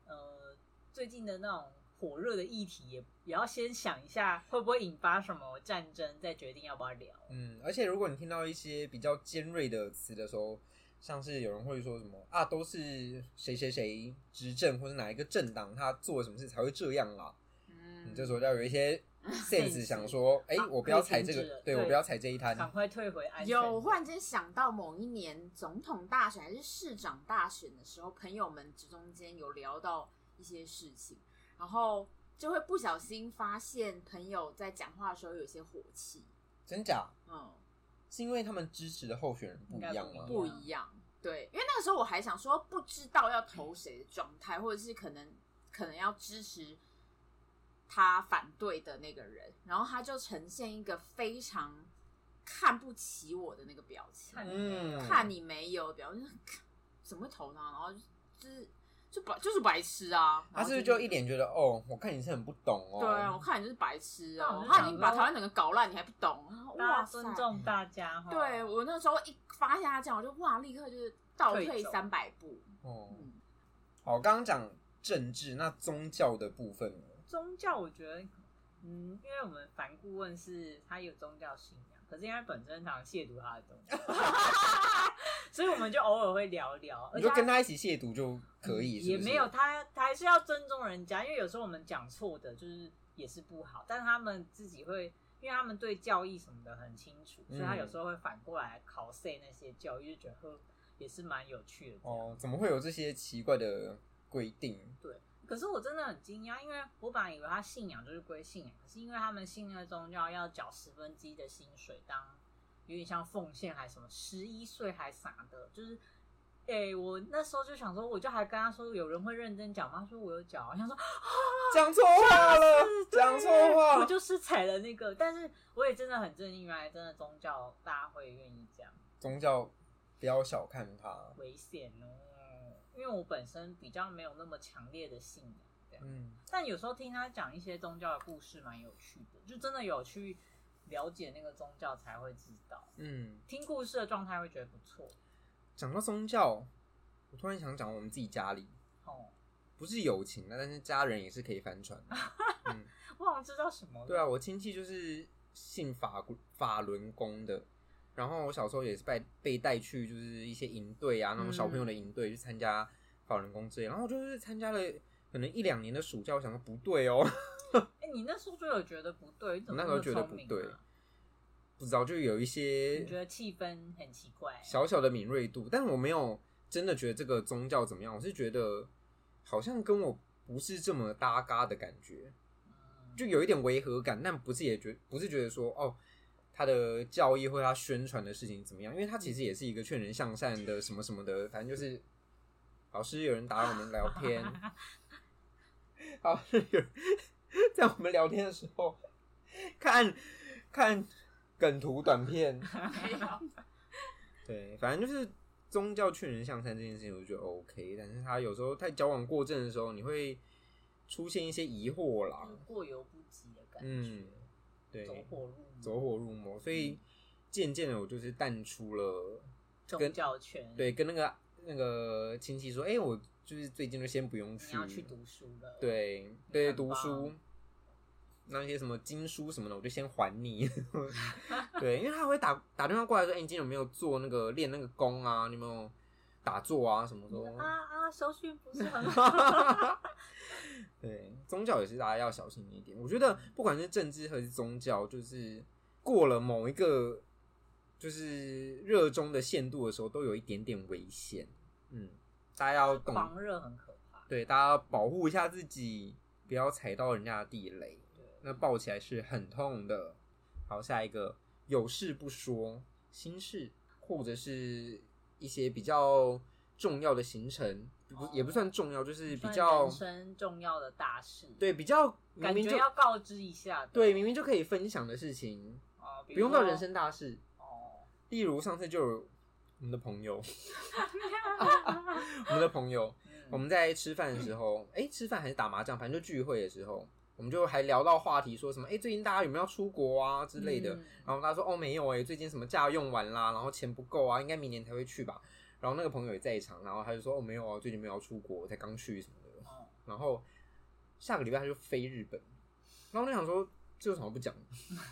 [SPEAKER 2] 呃最近的那种火热的议题，也也要先想一下会不会引发什么战争，再决定要不要聊。
[SPEAKER 1] 嗯，而且如果你听到一些比较尖锐的词的时候，像是有人会说什么啊，都是谁谁谁执政，或者哪一个政党他做了什么事才会这样啦，
[SPEAKER 3] 嗯
[SPEAKER 1] 你这时候要有一 些 sense，想说，哎、
[SPEAKER 2] 啊
[SPEAKER 1] 我不
[SPEAKER 2] 可以
[SPEAKER 1] 要踩
[SPEAKER 2] 停
[SPEAKER 1] 这
[SPEAKER 2] 止
[SPEAKER 1] 个
[SPEAKER 2] 了，
[SPEAKER 1] 对
[SPEAKER 2] 对
[SPEAKER 1] 我不要踩这一摊，
[SPEAKER 2] 赶快退回安全岛。
[SPEAKER 3] 有忽然间想到某一年总统大选还是市长大选的时候，朋友们之中间有聊到一些事情，然后就会不小心发现朋友在讲话的时候有一些火气，
[SPEAKER 1] 真假？
[SPEAKER 3] 嗯，
[SPEAKER 1] 是因为他们支持的候选人不一样
[SPEAKER 2] 应该
[SPEAKER 1] 吗？
[SPEAKER 3] 不一样。对，因为那个时候我还想说不知道要投谁的状态，或者是可能可能要支持他反对的那个人，然后他就呈现一个非常看不起我的那个表情，
[SPEAKER 2] 看
[SPEAKER 1] 嗯，
[SPEAKER 3] 看你没有，表示 怎么会投呢？然后就是就白就是白痴啊！
[SPEAKER 1] 他是不是
[SPEAKER 3] 然
[SPEAKER 1] 就
[SPEAKER 3] 后
[SPEAKER 1] 一？脸觉得哦，我看你是很不懂哦？
[SPEAKER 3] 对啊，我看你就是白痴
[SPEAKER 2] 那
[SPEAKER 3] 啊！
[SPEAKER 2] 我
[SPEAKER 3] 我
[SPEAKER 2] 就
[SPEAKER 3] 看你
[SPEAKER 2] 想
[SPEAKER 3] 把
[SPEAKER 2] 说
[SPEAKER 3] 台湾整个搞烂，你还不懂？然后
[SPEAKER 2] 大
[SPEAKER 3] 哇
[SPEAKER 2] 家
[SPEAKER 3] 塞！
[SPEAKER 2] 尊重大家哈。
[SPEAKER 3] 对我那时候一发现他这样，我就哇，立刻就是倒退
[SPEAKER 2] 退走
[SPEAKER 3] 三百步。
[SPEAKER 1] 哦，
[SPEAKER 3] 嗯，
[SPEAKER 1] 好，刚刚讲政治，那宗教的部分呢？
[SPEAKER 2] 宗教，我觉得，嗯，因为我们凡顾问是他有宗教信仰，可是因为他本身常常亵渎他的宗 教，所以我们就偶尔会聊聊，而
[SPEAKER 1] 你
[SPEAKER 2] 且
[SPEAKER 1] 就跟他一起亵渎就可以，是
[SPEAKER 2] 也
[SPEAKER 1] 不是
[SPEAKER 2] 没有他，他还是要尊重人家，因为有时候我们讲错的，就是也是不好，但他们自己会。因为他们对教义什么的很清楚，所以他有时候会反过来考 C 那些教育，就觉得呵也是蛮有趣的这样。
[SPEAKER 1] 哦，怎么会有这些奇怪的规定？
[SPEAKER 2] 可是我真的很惊讶，因为我本来以为他信仰就是归信仰，可是因为他们信那个宗教要缴十分之一的薪水当，有点像奉献还是什么，十一岁还啥的，就是，诶、我那时候就想说，我就还跟他说，有人会认真缴吗？他说我有缴啊，我 想说
[SPEAKER 1] 讲错话了，
[SPEAKER 2] 对
[SPEAKER 1] 讲错话
[SPEAKER 2] 我
[SPEAKER 1] 了。
[SPEAKER 2] 就是踩了那个，但是我也真的很震惊，原来真的宗教大家会愿意这样。
[SPEAKER 1] 宗教不要小看它，
[SPEAKER 2] 危险哦，因为我本身比较没有那么强烈的信仰，这样。
[SPEAKER 1] 嗯，
[SPEAKER 2] 但有时候听他讲一些宗教的故事，蛮有趣的，就真的有去了解那个宗教才会知道。
[SPEAKER 1] 嗯，
[SPEAKER 2] 听故事的状态会觉得不错
[SPEAKER 1] 讲到宗教，我突然想讲我们自己家里，
[SPEAKER 2] 哦。
[SPEAKER 1] 不是友情的，啊但是家人也是可以翻船的。嗯，
[SPEAKER 2] 我好像知道什么了，
[SPEAKER 1] 对啊，我亲戚就是信法法轮功的，然后我小时候也是被被带去就是一些营队啊，那种小朋友
[SPEAKER 2] 嗯
[SPEAKER 1] 的营队去参加法轮功之类，然后我就是参加了可能一两年的暑假，我想说不对哦，
[SPEAKER 2] 哎、你那时候就有觉得不对，你怎
[SPEAKER 1] 我
[SPEAKER 2] 么
[SPEAKER 1] 那时
[SPEAKER 2] 么
[SPEAKER 1] 候觉得不
[SPEAKER 2] 聪明啊
[SPEAKER 1] 对，不知道就有一些
[SPEAKER 2] 你觉得气氛很奇怪，
[SPEAKER 1] 小小的敏锐度，但我没有真的觉得这个宗教怎么样，我是觉得好像跟我不是这么搭嘎的感觉，
[SPEAKER 2] 嗯
[SPEAKER 1] 就有一点违和感，但不是也觉不是觉得说哦，他的教义或他宣传的事情怎么样，因为他其实也是一个劝人向善的什么什么的，反正就是老师有人打扰我们聊天，老师有人 在我们聊天的时候看看梗图短片。
[SPEAKER 3] 没有，
[SPEAKER 1] 对，反正就是宗教劝人向善这件事情，我就觉得 OK。但是他有时候太矫枉过正的时候，你会出现一些疑惑啦
[SPEAKER 2] 就是。过犹不及的感觉，
[SPEAKER 1] 嗯，对，
[SPEAKER 2] 嗯走火入魔，嗯
[SPEAKER 1] 走火入魔。所以渐渐的，我就是淡出了，
[SPEAKER 2] 宗教圈，，
[SPEAKER 1] 对，跟那个那个亲戚说，哎、我就是最近就先不用
[SPEAKER 2] 你
[SPEAKER 1] 去，
[SPEAKER 2] 要去读书了，
[SPEAKER 1] 对对，
[SPEAKER 2] 嗯很
[SPEAKER 1] 读
[SPEAKER 2] 棒
[SPEAKER 1] 书。那些什么经书什么的，我就先还你。 对，因为他会打打电话过来说：“哎、你今天有没有做那个练那个功啊？你有没有打坐啊？什么的？”
[SPEAKER 2] 啊啊，手续不是 很好。
[SPEAKER 1] 对，宗教也是大家要小心一点。我觉得不管是政治还是宗教，就是过了某一个就是热衷的限度的时候，都有一点点危险。嗯，大家要懂，
[SPEAKER 2] 狂热很可怕。
[SPEAKER 1] 对，大家要保护一下自己，不要踩到人家的地雷。那抱起来是很痛的。好，下一个有事不说，心事或者是一些比较重要的行程，不、
[SPEAKER 2] 哦
[SPEAKER 1] 也不算重要，就是比
[SPEAKER 2] 算
[SPEAKER 1] 较
[SPEAKER 2] 人生重要的大事，，
[SPEAKER 1] 对比较明
[SPEAKER 2] 感
[SPEAKER 1] 明
[SPEAKER 2] 觉
[SPEAKER 1] 就
[SPEAKER 2] 要告知一下的。
[SPEAKER 1] 对明明就可以分享的事情，
[SPEAKER 2] 哦，比
[SPEAKER 1] 不
[SPEAKER 2] 如
[SPEAKER 1] 用到
[SPEAKER 2] 说
[SPEAKER 1] 人生大事。
[SPEAKER 2] 哦，
[SPEAKER 1] 例如上次就有我们的朋友， 我们的朋友，
[SPEAKER 2] 嗯
[SPEAKER 1] 我们在吃饭的时候，哎、吃饭还是打麻将，反正就聚会的时候，我们就还聊到话题，说什么，哎、最近大家有没有出国啊之类的。
[SPEAKER 2] 嗯
[SPEAKER 1] 然后他说，哦，没有哎、最近什么假用完啦，然后钱不够啊，应该明年才会去吧。然后那个朋友也在场，然后他就说，哦，没有啊，最近没有要出国，才刚去什么的。
[SPEAKER 2] 哦
[SPEAKER 1] 然后下个礼拜他就飞日本，然后我就想说，这有什么不讲？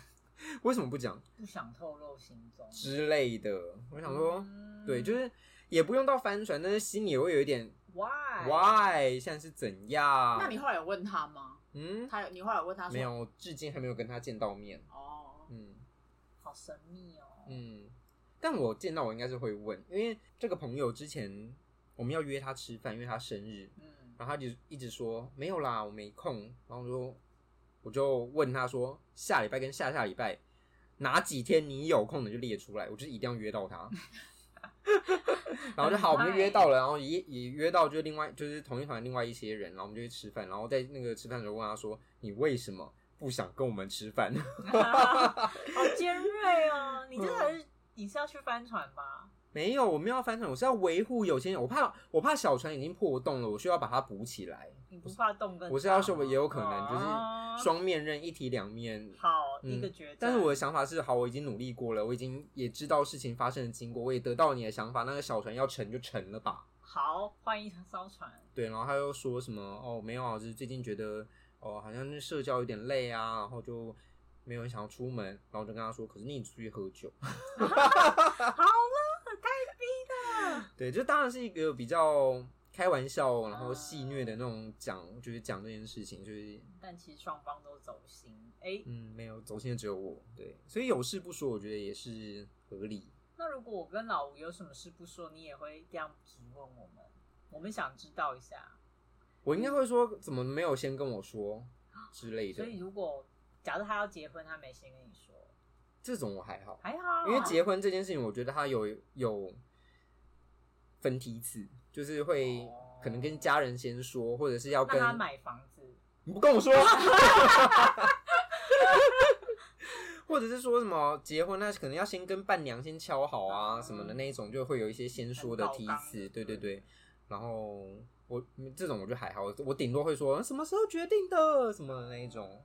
[SPEAKER 1] 为什么不讲
[SPEAKER 2] 不想透露行踪。
[SPEAKER 1] 之类的？我想说，
[SPEAKER 2] 嗯
[SPEAKER 1] 哦对，就是也不用到翻船，但是心里也会有一点
[SPEAKER 2] why
[SPEAKER 1] why 现在是怎样？
[SPEAKER 3] 那你后来有问他吗？
[SPEAKER 1] 嗯，
[SPEAKER 3] 他有你后来有问他说
[SPEAKER 1] 没？有，至今还没有跟他见到面。
[SPEAKER 3] 哦，
[SPEAKER 1] 嗯
[SPEAKER 2] 好神秘哦。
[SPEAKER 1] 嗯，但我见到我应该是会问，因为这个朋友之前我们要约他吃饭，因为他生日，
[SPEAKER 2] 嗯，
[SPEAKER 1] 然后他就一直说没有啦，我没空。然后我就我就问他说，下礼拜跟下下礼拜哪几天你有空的就列出来，我就一定要约到他。然后就好，我们就约到了，然后也也约到，就是另外就是同一团另外一些人，然后我们就去吃饭，然后在那个吃饭的时候问他说，你为什么不想跟我们吃饭？
[SPEAKER 2] 好尖锐哦！
[SPEAKER 1] 嗯
[SPEAKER 2] 你这才是你是要去帆船吧？
[SPEAKER 1] 没有，我没有要翻船，我是要维护有钱人，我怕我怕小船已经破洞了，我需要把它补起来。
[SPEAKER 2] 你不怕冻更大吗？
[SPEAKER 1] 我是要说，我也有可能
[SPEAKER 2] 哦
[SPEAKER 1] 就是双面刃，一体两面。
[SPEAKER 2] 好
[SPEAKER 1] 嗯
[SPEAKER 2] 一个决断。
[SPEAKER 1] 但是我的想法是，好，我已经努力过了，我已经也知道事情发生的经过，我也得到你的想法。那个小船要沉就沉了吧。
[SPEAKER 2] 好换一艘船，
[SPEAKER 1] 对，然后他又说什么哦，没有啊，就是最近觉得哦，好像是社交有点累啊，然后就没有人想要出门，然后我就跟他说，可是你出去喝酒，
[SPEAKER 2] 好了，太
[SPEAKER 1] 对，这当然是一个比较开玩笑，然后戏谑的那种讲，就是讲这件事情，就是
[SPEAKER 2] 但其实双方都走心。哎，
[SPEAKER 1] 嗯，没有走心的只有我，对，所以有事不说，我觉得也是合理。
[SPEAKER 2] 那如果我跟老吴有什么事不说，你也会这样质问我们？我们想知道一下。
[SPEAKER 1] 我应该会说，怎么没有先跟我说之类
[SPEAKER 2] 所
[SPEAKER 1] 的，
[SPEAKER 2] 以如果假设他要结婚，他没先跟你说，
[SPEAKER 1] 这种我还好，
[SPEAKER 2] 还好，啊
[SPEAKER 1] 因为结婚这件事情，我觉得它有有分梯次，就是会
[SPEAKER 2] 哦
[SPEAKER 1] 可能跟家人先说，或者是要
[SPEAKER 2] 那
[SPEAKER 1] 跟
[SPEAKER 2] 他买房子，
[SPEAKER 1] 你不跟我说， 或者是说什么结婚，那可能要先跟伴娘先敲好啊
[SPEAKER 2] 嗯
[SPEAKER 1] 什么的那一种，就会有一些先说的梯
[SPEAKER 2] 很
[SPEAKER 1] 次，
[SPEAKER 2] 高
[SPEAKER 1] 对对对。然后我这种我就还好，我顶多会说嗯什么时候决定的什么的那一种，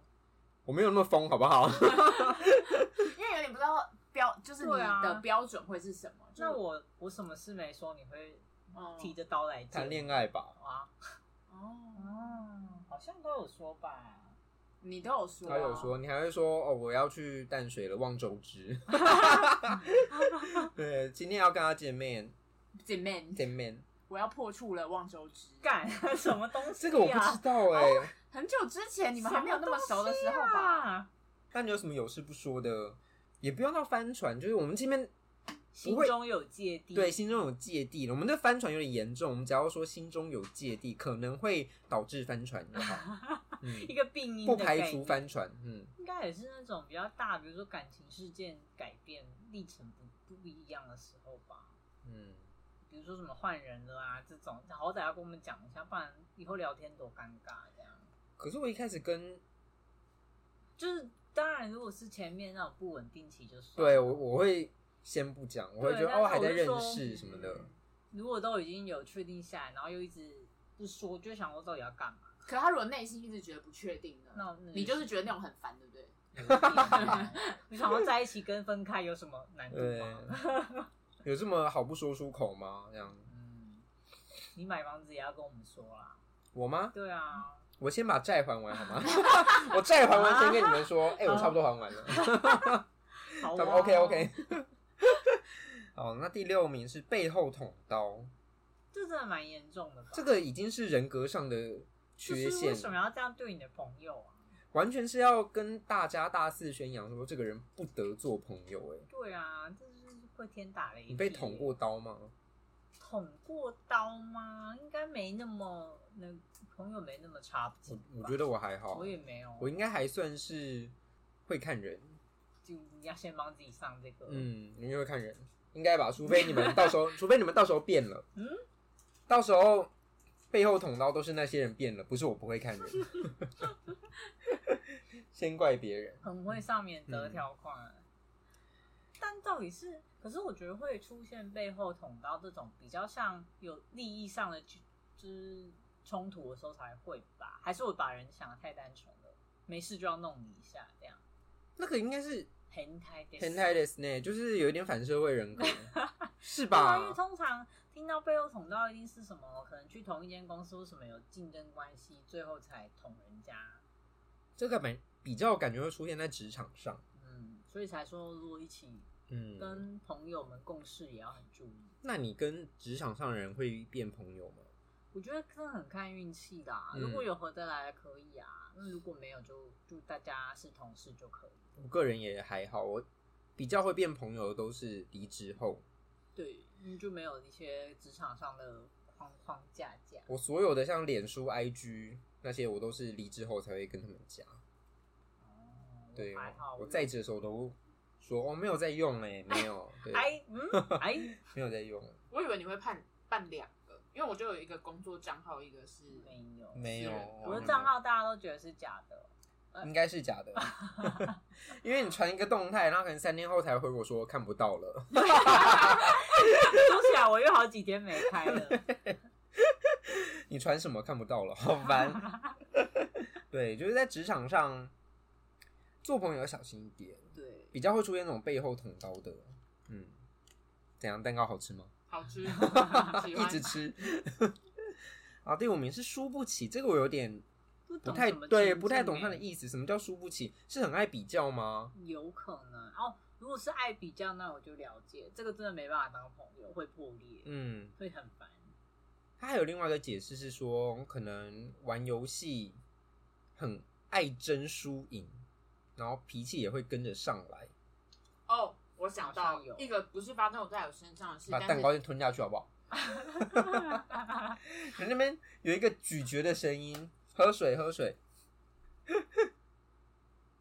[SPEAKER 1] 我没有那么疯，好不 好？
[SPEAKER 3] 因为有点不知道标，就是你
[SPEAKER 2] 对啊
[SPEAKER 3] 的标准会是什么。就是
[SPEAKER 2] 那我我什么事没说，你会
[SPEAKER 3] 哦
[SPEAKER 2] 提着刀来见
[SPEAKER 1] 谈恋爱吧，
[SPEAKER 2] 啊？
[SPEAKER 3] 哦，
[SPEAKER 2] 哦，好像都有说吧。
[SPEAKER 3] 你都有说啊，
[SPEAKER 1] 他有说，你还会说哦，我要去淡水了，望周知。
[SPEAKER 2] 啊
[SPEAKER 1] 对，今天要跟他见面，
[SPEAKER 3] 姐妹，
[SPEAKER 1] 见面，
[SPEAKER 3] 我要破处了，望周知。
[SPEAKER 2] 干 什么东西、啊？
[SPEAKER 1] 这个我不知道哎、
[SPEAKER 3] 很久之前你们还没有那么熟的时候吧？
[SPEAKER 2] 吧？
[SPEAKER 1] 但你有什么有事不说的，也不用到帆船，就是我们这边
[SPEAKER 2] 啊心中有芥蒂，
[SPEAKER 1] 对，心中有芥蒂了。我们的帆船有点严重，我们只要说心中有芥蒂，可能会导致帆船就 好。嗯
[SPEAKER 2] 一，个病因
[SPEAKER 1] 不
[SPEAKER 2] 的概
[SPEAKER 1] 排
[SPEAKER 2] 念，
[SPEAKER 1] 除帆船，嗯，
[SPEAKER 2] 应该也是那种比较大，比如说感情事件改变历程不不一样的时候吧。
[SPEAKER 1] 嗯，
[SPEAKER 2] 比如说什么换人了啊这种，好歹要跟我们讲一下，不然以后聊天多尴尬这样。
[SPEAKER 1] 可是我一开始跟
[SPEAKER 2] 就是当然，如果是前面那种不稳定期就算了，
[SPEAKER 1] 对我我会先不讲，我会觉得
[SPEAKER 2] 啊对但是
[SPEAKER 1] 哦还在
[SPEAKER 2] 我就
[SPEAKER 1] 认
[SPEAKER 2] 说嗯
[SPEAKER 1] 识什么的，
[SPEAKER 2] 如果都已经有确定下来，然后又一直不说，就想说到底要干嘛？
[SPEAKER 3] 可他如果内心一直觉得不确定呢，
[SPEAKER 2] 那
[SPEAKER 3] 你就是 觉得那种很烦，对不对？
[SPEAKER 2] 你想要在一起跟分开有什么难度
[SPEAKER 1] 对
[SPEAKER 2] 吗？，
[SPEAKER 1] 有这么好不说出口吗？这样
[SPEAKER 2] 嗯，你买房子也要跟我们说啦。
[SPEAKER 1] 我吗？
[SPEAKER 2] 对啊，
[SPEAKER 1] 我先把债还完好 吗？我债还
[SPEAKER 2] 啊
[SPEAKER 1] 完先跟你们说，哎、我差不多还完了。
[SPEAKER 2] 好哦
[SPEAKER 1] 他们
[SPEAKER 2] 哇
[SPEAKER 1] OK OK。好，那第六名是背后捅刀，
[SPEAKER 2] 这真的蛮严重的吧？
[SPEAKER 1] 这个已经是人格上的缺
[SPEAKER 2] 就是为
[SPEAKER 1] 陷，
[SPEAKER 2] 什么要这样对你的朋友啊？
[SPEAKER 1] 完全是要跟大家大肆宣扬说这个人不得做朋友、哎，
[SPEAKER 2] 对啊，这就是会天打雷劈。
[SPEAKER 1] 你被捅过刀吗？
[SPEAKER 2] 捅过刀吗？应该没那么那朋友没那么差
[SPEAKER 1] 我
[SPEAKER 2] 劲吧。
[SPEAKER 1] 我觉得我还好，
[SPEAKER 2] 我也没有，
[SPEAKER 1] 我应该还算是会看人，
[SPEAKER 2] 就你要先帮自己上这个。
[SPEAKER 1] 嗯，你们会看人，应该吧？除非你们到 时候，除非你们到时候变了，嗯，到时候背后捅刀都是那些人变了，不是我不会看人， 先怪别人。
[SPEAKER 2] 很会上免责
[SPEAKER 1] 嗯
[SPEAKER 2] 条款、但到底是，可是我觉得会出现背后捅刀这种比较像有利益上的纠就是冲突的时候才会吧？还是我把人想的太单纯了，没事就要弄你一下这样？
[SPEAKER 1] 那个应该是
[SPEAKER 2] 很太
[SPEAKER 1] hentai 的 s n 就是有一点反社会人 格，是
[SPEAKER 2] 对啊，因为
[SPEAKER 1] 吧？
[SPEAKER 2] 通常听到背后捅刀一定是什么，可能去同一间公司或什么有竞争关系，最后才捅人家。
[SPEAKER 1] 这个蛮比较感觉会出现在职场上，
[SPEAKER 2] 嗯，所以才说如果一起
[SPEAKER 1] 嗯，
[SPEAKER 2] 跟朋友们共事也要很注意。
[SPEAKER 1] 那你跟职场上的人会变朋友吗？
[SPEAKER 2] 我觉得真的很看运气啦，
[SPEAKER 1] 嗯
[SPEAKER 2] 如果有合得来的可以啊，那如果没有就就大家是同事就可以。
[SPEAKER 1] 我个人也还好，我比较会变朋友的都是离职后，
[SPEAKER 2] 对，嗯就没有一些职场上的框框架架。
[SPEAKER 1] 我所有的像脸书、IG 那些，我都是离职后才会跟他们加。
[SPEAKER 2] 哦
[SPEAKER 1] 对，
[SPEAKER 2] 还好
[SPEAKER 1] 我我在职的时候都说哦，没有在用嘞，没 有，对，
[SPEAKER 2] 哎嗯哎
[SPEAKER 1] 没有在用，
[SPEAKER 3] 我以为你会判办两个，因为我就有一个工作账号，一个是
[SPEAKER 2] 没有，
[SPEAKER 1] 没有
[SPEAKER 3] 是，
[SPEAKER 2] 我的账号大家都觉得是假的。
[SPEAKER 1] 应该是假 的，因为你传一个动态，然后可能三天后才回我说看不到了，
[SPEAKER 2] 说起来，我又好几天没开了。
[SPEAKER 1] 你传什么看不到了，好 烦。对，就是在职场上做朋友要小心一点，
[SPEAKER 2] 对，
[SPEAKER 1] 比较会出现那种背后捅刀的。嗯，怎样？蛋糕好吃吗？
[SPEAKER 3] 好 吃，喜
[SPEAKER 1] 一
[SPEAKER 3] 欢
[SPEAKER 1] 直吃。 啊，第五名是输不起，这个我有点
[SPEAKER 2] 不
[SPEAKER 1] 不
[SPEAKER 2] 懂
[SPEAKER 1] 太
[SPEAKER 2] 什么
[SPEAKER 1] 对，
[SPEAKER 2] 情
[SPEAKER 1] 不太
[SPEAKER 2] 境
[SPEAKER 1] 懂他
[SPEAKER 2] 欸
[SPEAKER 1] 的意思。什么叫输不起？是很爱比较吗？
[SPEAKER 2] 有可能哦。如果是爱比较，那我就了解，这个真的没办法当朋友，会破裂，
[SPEAKER 1] 嗯，
[SPEAKER 2] 会很 烦。
[SPEAKER 1] 他还有另外一个解释是说，可能玩游戏很爱争输赢，然后脾气也会跟着上来。
[SPEAKER 3] 哦。我想
[SPEAKER 2] 好
[SPEAKER 3] 到
[SPEAKER 2] 像有
[SPEAKER 3] 一个不是发生在我身上的事，
[SPEAKER 1] 把
[SPEAKER 3] 但
[SPEAKER 1] 蛋糕
[SPEAKER 3] 是
[SPEAKER 1] 先吞下去好不 好？你那边有一个咀嚼的声音，喝水喝水。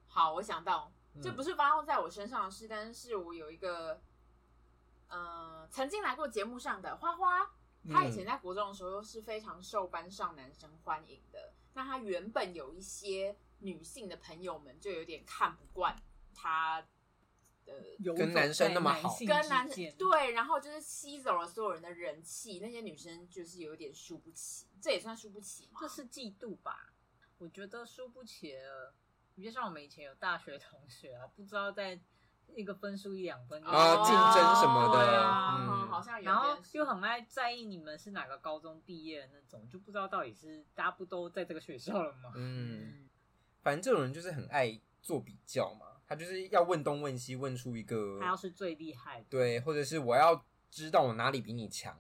[SPEAKER 3] 好，我想到
[SPEAKER 1] 嗯
[SPEAKER 3] 这不是发生在我身上的事，但是是我有一个，呃，曾经来过节目上的花花，
[SPEAKER 1] 嗯
[SPEAKER 3] 她以前在国中的时候是非常受班上男生欢迎的。那她原本有一些女性的朋友们就有点看不惯她的
[SPEAKER 2] 游
[SPEAKER 1] 跟
[SPEAKER 2] 走
[SPEAKER 1] 男生
[SPEAKER 2] 在
[SPEAKER 1] 那么
[SPEAKER 2] 男
[SPEAKER 1] 好
[SPEAKER 2] 性
[SPEAKER 3] 跟
[SPEAKER 2] 之
[SPEAKER 3] 男
[SPEAKER 2] 间
[SPEAKER 3] 对，然后就是吸走了所有人的人气，那些女生就是有点输不起，这也算输不起吗
[SPEAKER 2] 这？是嫉妒吧？我觉得输不起了，比如像我们以前有大学同学啊，不知道在一个分数一两分就
[SPEAKER 1] 啊竞争什么的
[SPEAKER 3] 对啊，
[SPEAKER 1] 嗯
[SPEAKER 3] 好好像有
[SPEAKER 2] 然后
[SPEAKER 3] 点是
[SPEAKER 2] 又很爱在意你们是哪个高中毕业的那种，就不知道到底是大家不都在这个学校了 吗？
[SPEAKER 1] 嗯，反正这种人就是很爱做比较嘛，他就是要问东问西，问出一个
[SPEAKER 2] 他要是最厉害的，
[SPEAKER 1] 对，或者是我要知道我哪里比你强。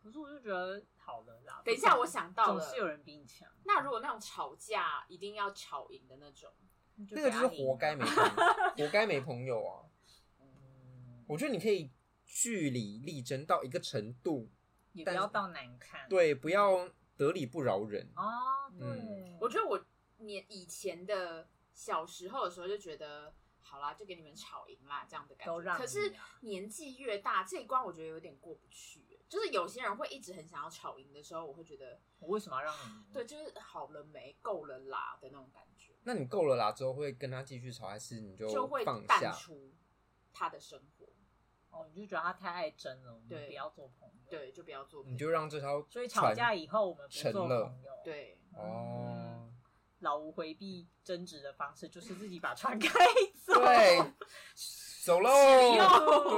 [SPEAKER 2] 可是我就觉得好了啦。
[SPEAKER 3] 等一下
[SPEAKER 2] 不管
[SPEAKER 3] 我想到了
[SPEAKER 2] 总是有人比你强，
[SPEAKER 3] 那如果那种吵架一定要吵赢的那种，
[SPEAKER 1] 那个就是活该没朋 友，活该没朋友啊！
[SPEAKER 2] 嗯，
[SPEAKER 1] 我觉得你可以据理力争到一个程度，
[SPEAKER 2] 也不
[SPEAKER 1] 但是
[SPEAKER 2] 要到难看。
[SPEAKER 1] 对，不要得理不饶人。
[SPEAKER 2] 哦，对，
[SPEAKER 1] 嗯
[SPEAKER 3] 我觉得我年以前的小时候的时候就觉得，好啦，就给你们吵赢啦这样的感
[SPEAKER 2] 都让
[SPEAKER 3] 觉。
[SPEAKER 2] 你啊
[SPEAKER 3] 可是年纪越大，这一关我觉得有点过不去。就是有些人会一直很想要吵赢的时候，我会觉得，
[SPEAKER 2] 我为什么要让你赢？
[SPEAKER 3] 对，就是好了没，够了啦的那种感觉，
[SPEAKER 1] 那你够了啦之后会跟他继续吵，还是你
[SPEAKER 3] 就会
[SPEAKER 1] 放
[SPEAKER 3] 淡
[SPEAKER 1] 下？
[SPEAKER 3] 出他的生活，
[SPEAKER 2] 哦，你就觉得他太爱争了，我们
[SPEAKER 3] 对
[SPEAKER 2] 不要做朋友。，
[SPEAKER 3] 对，就不要做朋友。
[SPEAKER 1] 你就让这条
[SPEAKER 2] 所以吵架
[SPEAKER 1] 船
[SPEAKER 2] 以后我们不
[SPEAKER 1] 沉
[SPEAKER 2] 做
[SPEAKER 1] 了
[SPEAKER 2] 朋友。，嗯
[SPEAKER 3] 对，
[SPEAKER 1] 哦，
[SPEAKER 2] 老吴回避争执的方式就是自己把船开走。
[SPEAKER 1] 对，走喽，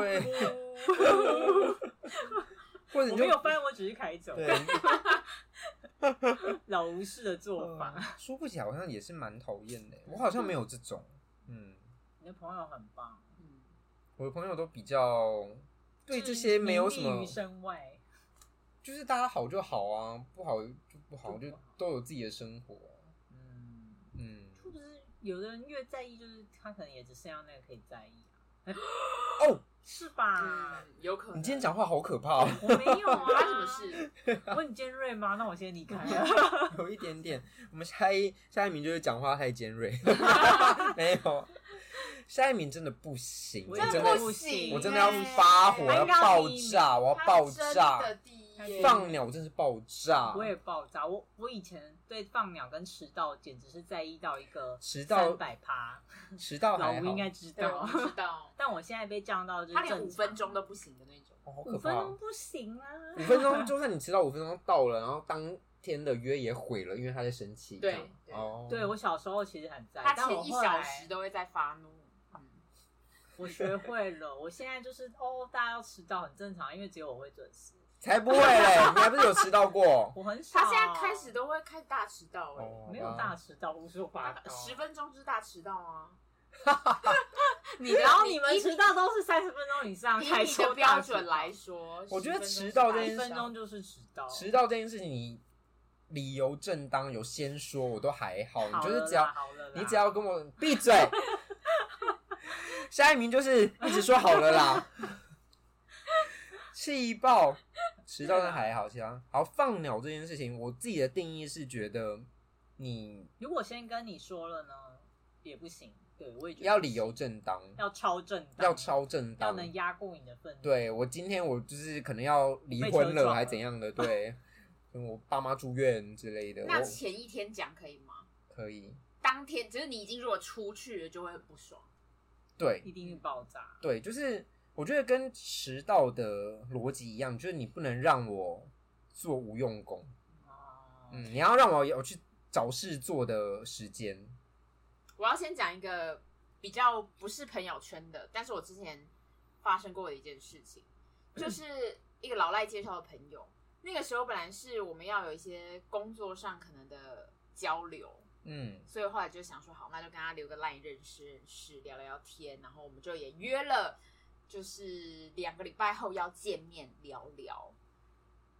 [SPEAKER 1] 对，
[SPEAKER 2] 对，
[SPEAKER 1] 或者
[SPEAKER 2] 我
[SPEAKER 1] 你
[SPEAKER 2] 没
[SPEAKER 1] 就
[SPEAKER 2] 有翻，我只是开走。
[SPEAKER 1] 对，
[SPEAKER 2] 老无视的做法。
[SPEAKER 1] 嗯说不起来好像也是蛮讨厌的，欸我好像没有这 种，嗯，
[SPEAKER 2] 你的朋友很棒，
[SPEAKER 3] 嗯，
[SPEAKER 1] 我的朋友都比较对这些没有什
[SPEAKER 2] 就是
[SPEAKER 1] 么
[SPEAKER 2] 名利于，身外，
[SPEAKER 1] 就是大家好就好啊，不好就不好，
[SPEAKER 2] 就
[SPEAKER 1] 就
[SPEAKER 2] 不好
[SPEAKER 1] 都有自己的生活，
[SPEAKER 2] 嗯，
[SPEAKER 1] 嗯，
[SPEAKER 2] 是不是有的人越在意，就是他可能也只剩下那个可以在意啊？
[SPEAKER 1] 哦，
[SPEAKER 2] 是吧？
[SPEAKER 3] 嗯有可能。
[SPEAKER 1] 你今天 讲话好可怕哦，
[SPEAKER 2] 我没有啊，
[SPEAKER 3] 发生什么？ 事？
[SPEAKER 2] 我很尖锐吗？那我先离开
[SPEAKER 1] 嗯
[SPEAKER 2] 了。
[SPEAKER 1] 有一点点。我们下一下一名就是讲话太尖 锐，没有，下一名真的不行，
[SPEAKER 2] 我
[SPEAKER 1] 我
[SPEAKER 2] 也
[SPEAKER 1] 真
[SPEAKER 2] 觉
[SPEAKER 1] 的
[SPEAKER 2] 得不行
[SPEAKER 1] 我真
[SPEAKER 3] 欸
[SPEAKER 1] 的要发火，
[SPEAKER 2] 哎
[SPEAKER 1] 要爆炸，我要
[SPEAKER 3] 他
[SPEAKER 1] 爆
[SPEAKER 3] 真的
[SPEAKER 1] 炸，
[SPEAKER 3] 第一耶
[SPEAKER 1] 放鸟，我真的是爆炸，
[SPEAKER 2] 我也爆炸。我我以前对放鸟跟迟到简直是在意到一个
[SPEAKER 1] 迟到
[SPEAKER 2] 百趴，
[SPEAKER 1] 迟到
[SPEAKER 2] 老
[SPEAKER 1] 还
[SPEAKER 2] 吴
[SPEAKER 1] 好，
[SPEAKER 2] 应该知
[SPEAKER 3] 对，我
[SPEAKER 2] 道。
[SPEAKER 3] 不知道，
[SPEAKER 2] 但我现在被降到就是
[SPEAKER 3] 他连五
[SPEAKER 2] 正常
[SPEAKER 3] 分钟都不行的那种。
[SPEAKER 1] 哦好
[SPEAKER 2] 五
[SPEAKER 1] 可
[SPEAKER 2] 分
[SPEAKER 1] 怕
[SPEAKER 2] 钟
[SPEAKER 1] 哦，
[SPEAKER 2] 不行啊。
[SPEAKER 1] 五分 钟就算你迟到五分钟到了，然后当天的约也毁了，因为他在生气，
[SPEAKER 3] 对
[SPEAKER 1] 这样
[SPEAKER 3] 对
[SPEAKER 1] 哦，
[SPEAKER 2] 对我小时候其实很在意，
[SPEAKER 3] 他
[SPEAKER 2] 但我
[SPEAKER 3] 前一
[SPEAKER 2] 后
[SPEAKER 3] 小
[SPEAKER 2] 来
[SPEAKER 3] 时都会在发怒，嗯，
[SPEAKER 2] 我学会了。我现在就是哦，大家要迟到很正常，因为只有我会准时，
[SPEAKER 1] 才不会嘞，你还不是有迟到 过？
[SPEAKER 2] 我很少。
[SPEAKER 3] 他现在开始都会开始大迟到哎、
[SPEAKER 1] 哦
[SPEAKER 2] 没有大迟到，无数
[SPEAKER 3] 大
[SPEAKER 2] 发
[SPEAKER 3] 概
[SPEAKER 2] 高。
[SPEAKER 3] 十分钟就是大迟到 啊。你的
[SPEAKER 2] 然后你们
[SPEAKER 3] 以
[SPEAKER 2] 迟到都是三十分钟以上
[SPEAKER 3] 以
[SPEAKER 2] 才
[SPEAKER 3] 你的
[SPEAKER 2] 说
[SPEAKER 3] 标准来，说，
[SPEAKER 1] 我觉得
[SPEAKER 3] 10
[SPEAKER 1] 迟到这
[SPEAKER 2] 一
[SPEAKER 1] 件
[SPEAKER 3] 分
[SPEAKER 1] 事啊
[SPEAKER 2] 分
[SPEAKER 3] 钟
[SPEAKER 2] 钟就是迟到。
[SPEAKER 1] 迟到这件事情，你理由正当有先说，我都还好，你就是只要
[SPEAKER 2] 好了啦，
[SPEAKER 1] 你只要跟我闭 嘴。下一名就是一直说好了啦， 气爆，迟到那还好，其他好放鸟这件事情，我自己的定义是觉得你
[SPEAKER 2] 如果先跟你说了呢，也不行。对，我也觉得
[SPEAKER 1] 要理由正当，
[SPEAKER 2] 要超正当，
[SPEAKER 1] 要超正
[SPEAKER 2] 嗯要
[SPEAKER 1] 当，
[SPEAKER 2] 能压过你的愤怒。
[SPEAKER 1] 对我今天我就是可能要离婚
[SPEAKER 2] 被车撞
[SPEAKER 1] 了
[SPEAKER 2] 了
[SPEAKER 1] 还怎样的， 对，跟我爸妈住院之类的，
[SPEAKER 3] 那
[SPEAKER 1] 我
[SPEAKER 3] 前一天讲可以吗？
[SPEAKER 1] 可以，
[SPEAKER 3] 当天就是你已经如果出去了，就会很不爽。
[SPEAKER 1] 对
[SPEAKER 2] 一定是爆炸。
[SPEAKER 1] 对，就是我觉得跟迟到的逻辑一样，就是你不能让我做无用功，
[SPEAKER 2] 哦，
[SPEAKER 1] 嗯，你要让我有去找事做的时间，
[SPEAKER 3] 我要先讲一个比较不是朋友圈的，但是我之前发生过的一件事情，就是一个老赖介绍的朋友。那个时候本来是我们要有一些工作上可能的交流，
[SPEAKER 1] 嗯
[SPEAKER 3] 所以后来就想说，好，那就跟他留个 line 认识认识，聊聊天，然后我们就也约了，就是两个礼拜后要见面聊聊。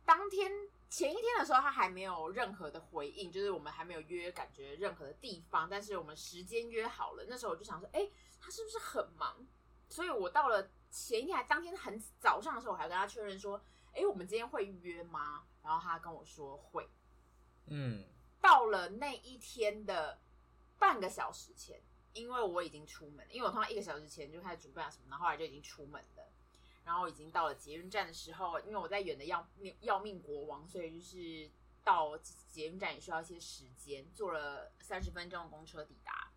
[SPEAKER 3] 当天前一天的时候，他还没有任何的回应，就是我们还没有约，感觉任何的地方，但是我们时间约好了。那时候我就想说，哎、他是不是很忙？所以我到了前一天，还当天很早上的时候，我还跟他确认说，哎、我们今天会约吗？然后他跟我说会。
[SPEAKER 1] 嗯，
[SPEAKER 3] 到了那一天的半个小时前，因为我已经出门了，因为我通常一个小时前就开始准备啊什么，然后后来就已经出门了。然后已经到了捷运站的时候，因为我在远的要命要命国王，所以就是到捷运站也需要一些时间，坐了三十分钟的公车抵达，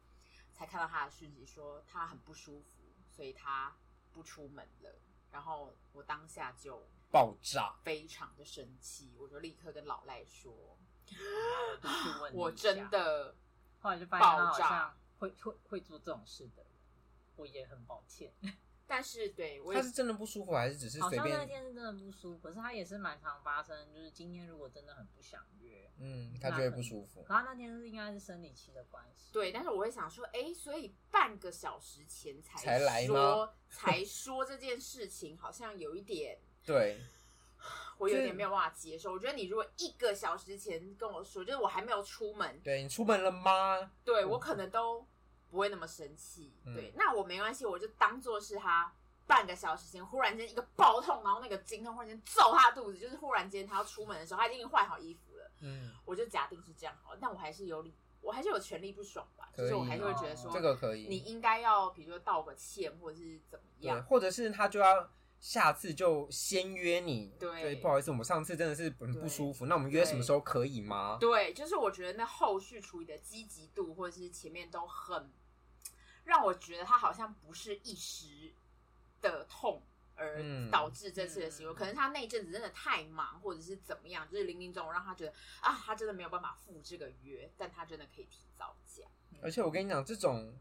[SPEAKER 3] 才看到他的讯息说他很不舒服，所以他不出门了。然后我当下就
[SPEAKER 1] 爆炸，
[SPEAKER 3] 非常的生气，我就立刻跟老赖说，
[SPEAKER 2] 我就去问你一下
[SPEAKER 3] 我真的
[SPEAKER 2] 后来就发现他好
[SPEAKER 3] 爆
[SPEAKER 2] 像
[SPEAKER 3] 炸
[SPEAKER 2] 会会会做这种事的人，我也很抱歉。
[SPEAKER 3] 但是对我
[SPEAKER 1] 他
[SPEAKER 3] 也
[SPEAKER 1] 是真的不舒服还是只是
[SPEAKER 2] 好
[SPEAKER 1] 随
[SPEAKER 2] 像那
[SPEAKER 1] 便？
[SPEAKER 2] 天是真的不舒服，可是他也是蛮常发生，就是今天如果真的很不想约，
[SPEAKER 1] 嗯，他觉得不舒服
[SPEAKER 2] 可，他那天是应该是生理期的关系。
[SPEAKER 3] 对，但是我会想说，哎，所以半个小时前才
[SPEAKER 1] 才来吗
[SPEAKER 3] 说才说这件事情，好像有一点，
[SPEAKER 1] 对，
[SPEAKER 3] 我有
[SPEAKER 1] 就是
[SPEAKER 3] 点没有办法接受。我觉得你如果一个小时前跟我说，就是我还没有出门，
[SPEAKER 1] 对你出门了吗？
[SPEAKER 3] 对我可能都不会那么生气。
[SPEAKER 1] 嗯
[SPEAKER 3] 对，那我没关系，我就当做是他半个小时前忽然间一个爆痛，然后那个经痛忽然间揍他肚子，就是忽然间他要出门的时候，他已经换好衣服了。
[SPEAKER 1] 嗯，
[SPEAKER 3] 我就假定是这样好了，但我还是有理，我还是有权利不爽吧，就
[SPEAKER 1] 可以哦
[SPEAKER 3] 是我还是会觉得说，
[SPEAKER 1] 这个可以，
[SPEAKER 3] 你应该要比如说道个歉或者是怎么
[SPEAKER 1] 嗯对，
[SPEAKER 3] 样，
[SPEAKER 1] 或者是他就要下次就先约你，
[SPEAKER 3] 对
[SPEAKER 1] 不好意思，我们上次真的是很不
[SPEAKER 3] 对
[SPEAKER 1] 舒服，那我们约什么时候可以吗？
[SPEAKER 3] 对，就是我觉得那后续处理的积极度或者是前面都很让我觉得他好像不是一时的痛。而
[SPEAKER 1] 嗯
[SPEAKER 3] 导致这次的行为，
[SPEAKER 2] 嗯
[SPEAKER 3] 可能他那一阵子真的太忙，或者是怎么样，就是零零总总让他觉得啊，他真的没有办法赴这个约，但他真的可以提早讲。
[SPEAKER 1] 而且我跟你讲，这种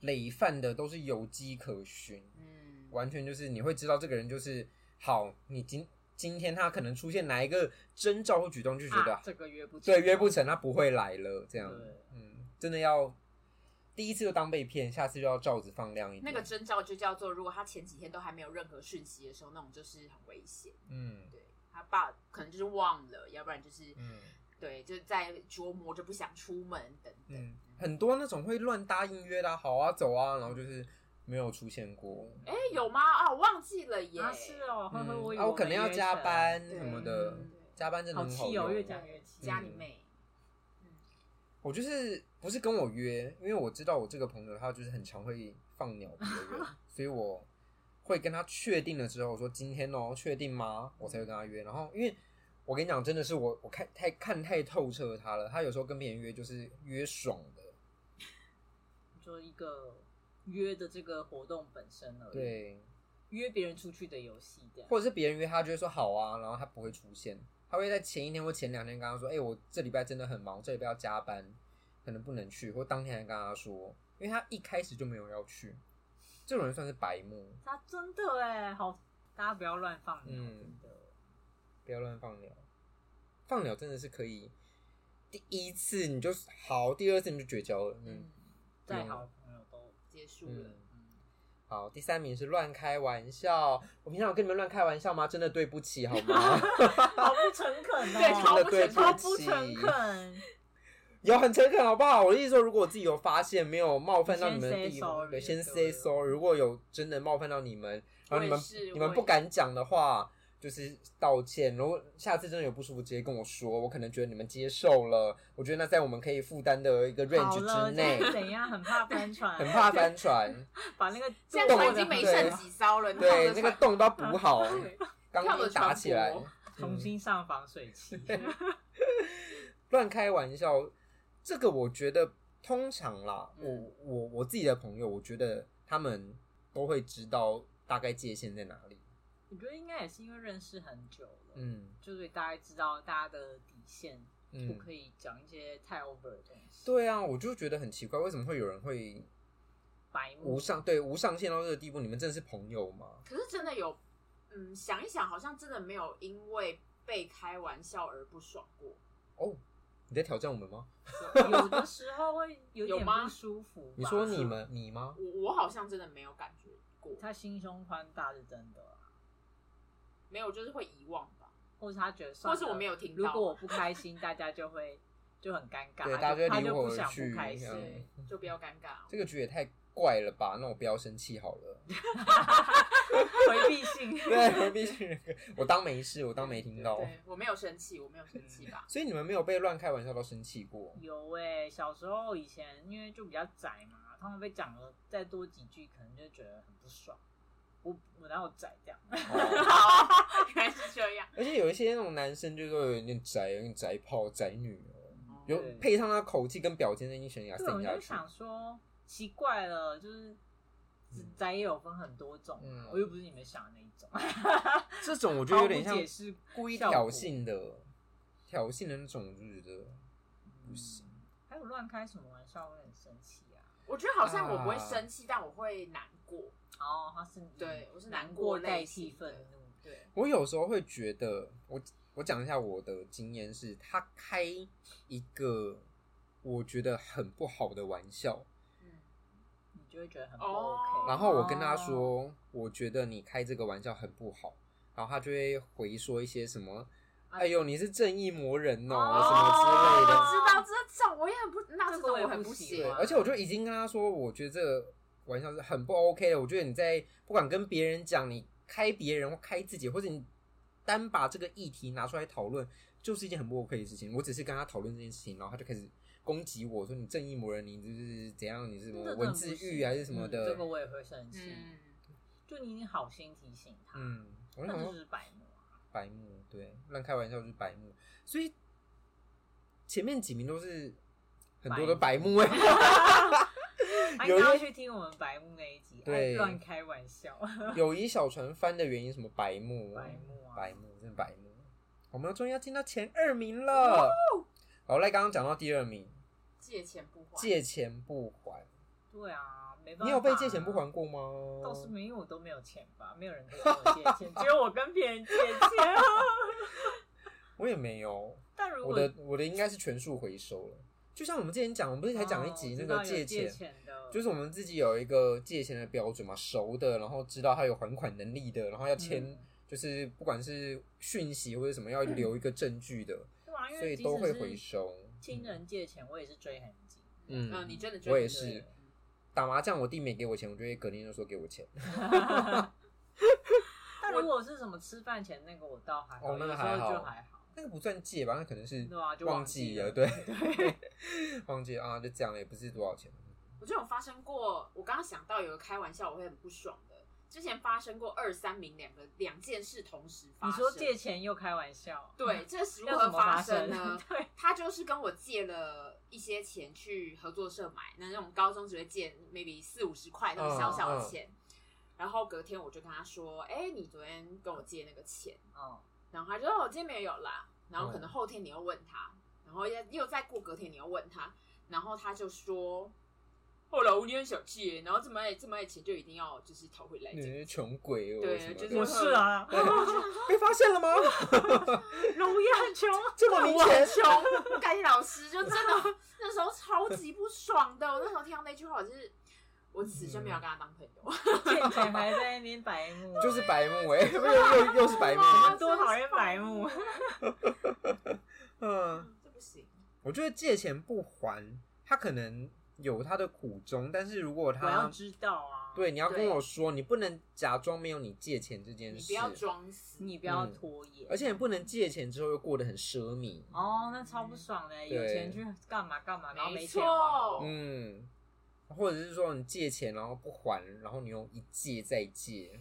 [SPEAKER 1] 累犯的都是有迹可循，
[SPEAKER 3] 嗯，
[SPEAKER 1] 完全就是你会知道这个人就是好，你今今天他可能出现哪一个征兆或举动，就觉得、
[SPEAKER 2] 啊这个约不成
[SPEAKER 1] 对约不成，他不会来了。这样，
[SPEAKER 2] 对
[SPEAKER 1] 嗯，真的要第一次就当被骗，下次就要罩子放亮一点。
[SPEAKER 4] 那个征兆就叫做，如果他前几天都还没有任何讯息的时候，那种就是很危险。
[SPEAKER 1] 嗯
[SPEAKER 4] 对他爸可能就是忘了，要不然就是、
[SPEAKER 1] 嗯
[SPEAKER 4] 对，就在琢磨着不想出门等等。
[SPEAKER 1] 嗯，很多那种会乱答应约的啊、好啊走啊，然后就是没有出现过。
[SPEAKER 4] 哎、有吗？啊，我忘记了耶。
[SPEAKER 2] 啊是哦，会不会我
[SPEAKER 1] 嗯，
[SPEAKER 2] 以为
[SPEAKER 1] 啊，我可能
[SPEAKER 2] 没
[SPEAKER 1] 要
[SPEAKER 2] 约
[SPEAKER 1] 加
[SPEAKER 2] 成
[SPEAKER 1] 班
[SPEAKER 4] 对
[SPEAKER 1] 什么的，
[SPEAKER 2] 嗯
[SPEAKER 1] 加班真的
[SPEAKER 2] 好
[SPEAKER 1] 很好
[SPEAKER 2] 气
[SPEAKER 1] 用。
[SPEAKER 2] 哦，越讲越气。
[SPEAKER 4] 家里妹，
[SPEAKER 1] 我就是不是跟我约，因为我知道我这个朋友他就是很常会放鸟别人，所以我会跟他确定了之后，我说今天哦，确定吗？我才会跟他约。然后因为我跟你讲，真的是我我看太看太透彻他了，他有时候跟别人约就是约爽的，
[SPEAKER 2] 就一个约的这个活动本身而已，，
[SPEAKER 1] 对，
[SPEAKER 2] 约别人出去的游戏这样。
[SPEAKER 1] 或者是别人约他就会说好啊，然后他不会出现，他会在前一天或前两天跟他说，哎、我这礼拜真的很忙，我这礼拜要加班，可能不能去，或当天还跟他说，因为他一开始就没有要去，这种人算是白目。
[SPEAKER 2] 他真的哎，好，大家不要乱放鸟，
[SPEAKER 1] 嗯
[SPEAKER 2] 真的。
[SPEAKER 1] 不要乱放鸟，放鸟真的是可以，第一次你就好，第二次你就绝交了。嗯，
[SPEAKER 2] 再好的朋友都
[SPEAKER 4] 结束了
[SPEAKER 1] 嗯。，好，第三名是乱开玩笑。我平常有跟你们乱开玩笑吗？真的对不起，好吗？
[SPEAKER 2] 好不诚 恳哦，
[SPEAKER 4] 对超
[SPEAKER 1] 真的
[SPEAKER 4] 不
[SPEAKER 1] 对
[SPEAKER 4] 诚
[SPEAKER 2] 超
[SPEAKER 1] 不
[SPEAKER 2] 不诚恳。
[SPEAKER 1] 有很诚恳，好不好？我的意思说，如果我自己有发现没有冒犯到
[SPEAKER 2] 你
[SPEAKER 1] 你们的地
[SPEAKER 2] 先 say
[SPEAKER 1] 方，
[SPEAKER 2] sorry
[SPEAKER 1] 对，先
[SPEAKER 2] 就
[SPEAKER 1] say
[SPEAKER 2] 对了
[SPEAKER 1] sorry。如果有真的冒犯到你们，然后你
[SPEAKER 4] 我也
[SPEAKER 1] 们
[SPEAKER 4] 是
[SPEAKER 1] 你们
[SPEAKER 4] 我
[SPEAKER 1] 不
[SPEAKER 4] 也
[SPEAKER 1] 敢讲的话，就是道歉。如果下次真的有不舒服，直接跟我说，我可能觉得你们接受了，我觉得那在我们可以负担的一个
[SPEAKER 2] 好
[SPEAKER 1] range
[SPEAKER 2] 了，
[SPEAKER 1] 之
[SPEAKER 2] 这
[SPEAKER 1] 内
[SPEAKER 2] 样。怎样？很怕翻船，
[SPEAKER 1] 很怕翻船，
[SPEAKER 2] 把那个
[SPEAKER 4] 现在
[SPEAKER 1] 动
[SPEAKER 4] 船
[SPEAKER 1] 了
[SPEAKER 4] 已经没
[SPEAKER 1] 对啊
[SPEAKER 4] 剩几艘 了，你看我，
[SPEAKER 1] 对
[SPEAKER 4] 的
[SPEAKER 1] 那个
[SPEAKER 4] 船
[SPEAKER 1] 洞都要补好，钢
[SPEAKER 4] 跳
[SPEAKER 1] 筋
[SPEAKER 4] 了
[SPEAKER 1] 打
[SPEAKER 4] 船
[SPEAKER 1] 起来
[SPEAKER 4] 舶，
[SPEAKER 2] 重新上防水漆。
[SPEAKER 1] 乱开玩笑。这个我觉得通常啦，我
[SPEAKER 2] 嗯
[SPEAKER 1] 我我自己的朋友，我觉得他们都会知道大概界限在哪里。
[SPEAKER 2] 我觉得应该也是因为认识很久了，
[SPEAKER 1] 嗯
[SPEAKER 2] 就是大概知道大家的底线，不
[SPEAKER 1] 嗯，
[SPEAKER 2] 可以讲一些太 over 的东西。
[SPEAKER 1] 对啊，我就觉得很奇怪，为什么会有人会
[SPEAKER 2] 白目
[SPEAKER 1] 无上对无上限到这个地步？你们真的是朋友吗？
[SPEAKER 4] 可是真的有，嗯，想一想，好像真的没有因为被开玩笑而不爽过。
[SPEAKER 1] 哦，你在挑战我们吗？
[SPEAKER 2] 有的时候会有
[SPEAKER 4] 有
[SPEAKER 2] 点
[SPEAKER 4] 吗
[SPEAKER 2] 不舒服吧。
[SPEAKER 1] 你说你们你吗？
[SPEAKER 4] 我我好像真的没有感觉过，
[SPEAKER 2] 他心胸宽大是真的啊，
[SPEAKER 4] 没有，就是会遗忘吧。
[SPEAKER 2] 或是他觉得算了，
[SPEAKER 4] 或是我没有听到
[SPEAKER 2] 如果我不开心，大家就会就很尴尬，
[SPEAKER 1] 对
[SPEAKER 2] 他
[SPEAKER 1] 大家就
[SPEAKER 2] 他
[SPEAKER 1] 离
[SPEAKER 2] 就
[SPEAKER 1] 我
[SPEAKER 2] 不
[SPEAKER 1] 而
[SPEAKER 2] 想
[SPEAKER 1] 去
[SPEAKER 2] 不开
[SPEAKER 1] 这
[SPEAKER 2] 心
[SPEAKER 1] 样。
[SPEAKER 4] 对，就不要尴尬。
[SPEAKER 1] 这个局也太怪了吧？那我不要生气好了。
[SPEAKER 2] 回避性。
[SPEAKER 1] 对，何必去？我当没事，我当没听到。
[SPEAKER 4] 对我没有生气，我没有生气吧？
[SPEAKER 1] 所以你们没有被乱开玩笑到生气 过？
[SPEAKER 2] 有哎、小时候以前因为就比较宅嘛，他们被讲了再多几句，可能就觉得很不爽。我我哪有宅这样？
[SPEAKER 1] 哦
[SPEAKER 4] 原来是这样。
[SPEAKER 1] 而且有一些那种男生就是有点宅，有点宅炮、宅女哦，有
[SPEAKER 2] 对
[SPEAKER 1] 配上他口气跟表情，那你选牙
[SPEAKER 2] 对，我
[SPEAKER 1] 剩下
[SPEAKER 2] 就
[SPEAKER 1] 去。
[SPEAKER 2] 想说奇怪了，就是
[SPEAKER 1] 嗯
[SPEAKER 2] 宅也有分很多种、
[SPEAKER 1] 嗯
[SPEAKER 2] 我又不是你们想的那一种，
[SPEAKER 1] 这种我觉得有点
[SPEAKER 2] 毫
[SPEAKER 1] 像
[SPEAKER 2] 无解释
[SPEAKER 1] 故意
[SPEAKER 2] 效
[SPEAKER 1] 挑
[SPEAKER 2] 果
[SPEAKER 1] 衅的，挑衅的那种，我就觉得 不行。
[SPEAKER 2] 还有乱开什么玩笑，我很生气啊！
[SPEAKER 4] 我觉得好像我不会
[SPEAKER 1] 啊
[SPEAKER 4] 生气，但我会难过。
[SPEAKER 2] 哦，他是
[SPEAKER 4] 对我是
[SPEAKER 2] 难
[SPEAKER 4] 难过
[SPEAKER 2] 代
[SPEAKER 4] 类
[SPEAKER 2] 替
[SPEAKER 4] 型的
[SPEAKER 2] 愤怒，
[SPEAKER 4] 对，
[SPEAKER 1] 我有时候会觉得，我我讲一下我的经验是，他开一个我觉得很不好的玩笑，
[SPEAKER 4] 嗯，
[SPEAKER 2] 你就会觉得很不
[SPEAKER 4] 哦
[SPEAKER 2] OK。
[SPEAKER 1] 然后我跟他说，
[SPEAKER 2] 哦
[SPEAKER 1] 我觉得你开这个玩笑很不好，然后他就会回说一些什么，
[SPEAKER 2] 啊
[SPEAKER 1] 哎呦，你是正义魔人哦，
[SPEAKER 2] 哦
[SPEAKER 1] 什么之类的。
[SPEAKER 4] 我知道这种我也很不，那
[SPEAKER 2] 这
[SPEAKER 4] 这
[SPEAKER 2] 个
[SPEAKER 4] 种
[SPEAKER 2] 我也
[SPEAKER 4] 我
[SPEAKER 2] 不
[SPEAKER 3] 啊
[SPEAKER 4] 很不
[SPEAKER 2] 喜
[SPEAKER 1] 对，
[SPEAKER 4] 行
[SPEAKER 2] 欢。
[SPEAKER 1] 而且我就已经跟他说，我觉得这个玩笑是很不 OK 的。我觉得你在不管跟别人讲，你开别人或开自己，或者你单把这个议题拿出来讨论，就是一件很不 OK 的事情。我只是跟他讨论这件事情，然后他就开始攻击我说你正义魔人，你就是怎样，你是什么
[SPEAKER 2] 这真的
[SPEAKER 1] 文
[SPEAKER 2] 很
[SPEAKER 1] 字
[SPEAKER 2] 不
[SPEAKER 1] 狱啊
[SPEAKER 2] 行
[SPEAKER 1] 还是什么
[SPEAKER 2] 嗯这
[SPEAKER 1] 的
[SPEAKER 2] 个。我也会生气。
[SPEAKER 4] 嗯，
[SPEAKER 2] 就你已经好心提醒他，
[SPEAKER 1] 嗯，我就
[SPEAKER 2] 那
[SPEAKER 1] 想
[SPEAKER 2] 就
[SPEAKER 1] 说
[SPEAKER 2] 是白目啊。
[SPEAKER 1] 白目，对，乱开玩笑就是白目，所以前面几名都是很多的白目哎、
[SPEAKER 2] 啊，
[SPEAKER 1] 有
[SPEAKER 2] 应该要
[SPEAKER 1] 一
[SPEAKER 2] 去听我们白目那一集，
[SPEAKER 1] 对
[SPEAKER 2] 爱乱开玩笑，
[SPEAKER 1] 友谊小船翻的原因什么白目，
[SPEAKER 2] 白目啊
[SPEAKER 1] 白目，真的白目。我们终于要进到前二名了。
[SPEAKER 2] 哦
[SPEAKER 1] 好，来，刚刚讲到第二名，
[SPEAKER 4] 借钱不还，
[SPEAKER 1] 借钱不还，
[SPEAKER 2] 对啊，没办法、
[SPEAKER 1] 你有被借钱不？还过吗？
[SPEAKER 2] 倒是没有，我都没有钱吧，没有人跟我借 钱，只有我跟别人借钱。
[SPEAKER 1] 我也没有，
[SPEAKER 2] 但如果
[SPEAKER 1] 我的我的应该是全数回收了。就像我们之前讲，我们不是才讲一集
[SPEAKER 2] 哦
[SPEAKER 1] 那
[SPEAKER 2] 我知道
[SPEAKER 1] 个
[SPEAKER 2] 有
[SPEAKER 1] 借
[SPEAKER 2] 借
[SPEAKER 1] 钱，
[SPEAKER 2] 的，
[SPEAKER 1] 就是我们自己有一个借钱的标准嘛，熟的，然后知道他有还款能力的，然后要签，
[SPEAKER 2] 嗯
[SPEAKER 1] 就是不管是讯息或者什 么，要留一个证据的，
[SPEAKER 2] 对啊，因
[SPEAKER 1] 所
[SPEAKER 2] 为
[SPEAKER 1] 以
[SPEAKER 2] 即
[SPEAKER 1] 都
[SPEAKER 2] 使
[SPEAKER 1] 会
[SPEAKER 2] 是
[SPEAKER 1] 回收。
[SPEAKER 2] 亲人借钱，我也是追很紧。
[SPEAKER 1] 嗯，
[SPEAKER 3] 嗯，你真的觉得
[SPEAKER 1] 我也
[SPEAKER 3] 你
[SPEAKER 1] 是打麻将，我弟没给我钱，我就会隔天就说给我钱。
[SPEAKER 2] 但如果是什么吃饭前那个，我倒还好，
[SPEAKER 1] 哦那个
[SPEAKER 2] 有时候
[SPEAKER 1] 还好
[SPEAKER 2] 就还好。
[SPEAKER 1] 那个不算借吧？那可能是
[SPEAKER 2] 对啊就
[SPEAKER 1] 忘
[SPEAKER 2] 忘记
[SPEAKER 1] 了，
[SPEAKER 2] 了
[SPEAKER 1] 对， 忘记了啊，就这样了，也不是多少钱。
[SPEAKER 3] 我就有发生过，我刚刚想到有个开玩笑，我会很不爽的。之前发生过二三名两个两件事同时发
[SPEAKER 2] 你
[SPEAKER 3] 生。
[SPEAKER 2] 说借钱又开玩笑，
[SPEAKER 3] 对，这是如
[SPEAKER 2] 嗯要怎
[SPEAKER 3] 何
[SPEAKER 2] 么发
[SPEAKER 3] 生呢？
[SPEAKER 2] 对，
[SPEAKER 3] 他就是跟我借了一些钱去合作社买，那那种高中只会借 maybe 四五十块那
[SPEAKER 2] 嗯
[SPEAKER 3] 种小小的钱。然后隔天我就跟他说：“哎、你昨天跟我借那个钱。
[SPEAKER 2] 哦，”
[SPEAKER 3] 然后他就说：“哦我今天没有啦。”然后可能
[SPEAKER 1] 嗯
[SPEAKER 3] 后天你又问他，然后又又再过隔天你又问他，然后他就说：“哦后来我也想借，然后这么爱这么爱钱就一定要哎就是讨回来。”
[SPEAKER 1] 你是穷鬼哦，
[SPEAKER 3] 对
[SPEAKER 1] 什么的
[SPEAKER 3] 就是
[SPEAKER 2] 我是 啊，
[SPEAKER 1] 被发现了吗？
[SPEAKER 2] 容易很穷，
[SPEAKER 1] 这么明
[SPEAKER 3] 我很
[SPEAKER 1] 显，
[SPEAKER 3] 穷，感谢老师，就真的 那时候超级不爽的。我那时候听到那句话，我就是我此生没有跟他当朋友。
[SPEAKER 2] 借钱还在那边白 目，
[SPEAKER 1] 就是白目哎，又又又是白目。欸
[SPEAKER 2] 我们多讨厌白目。
[SPEAKER 1] 嗯，
[SPEAKER 3] 这不行，
[SPEAKER 1] 我觉得借钱不还，他可能有他的苦衷，但是如果
[SPEAKER 2] 我要
[SPEAKER 1] 他
[SPEAKER 2] 知道啊，，
[SPEAKER 1] 对你要跟
[SPEAKER 3] 对
[SPEAKER 1] 我说，你不能假装没有你借钱这件
[SPEAKER 3] 你
[SPEAKER 1] 事，
[SPEAKER 3] 不要装死。
[SPEAKER 2] 你不
[SPEAKER 1] 嗯
[SPEAKER 2] 要拖延，
[SPEAKER 1] 而且你不能借钱之后又过得很奢靡。
[SPEAKER 2] 哦，
[SPEAKER 1] 嗯
[SPEAKER 2] 那超不爽的，有钱去干嘛干嘛，然后没钱
[SPEAKER 3] 没
[SPEAKER 2] 还，
[SPEAKER 3] 错
[SPEAKER 1] 嗯，或者是说你借钱然后不还，然后你又一借再借，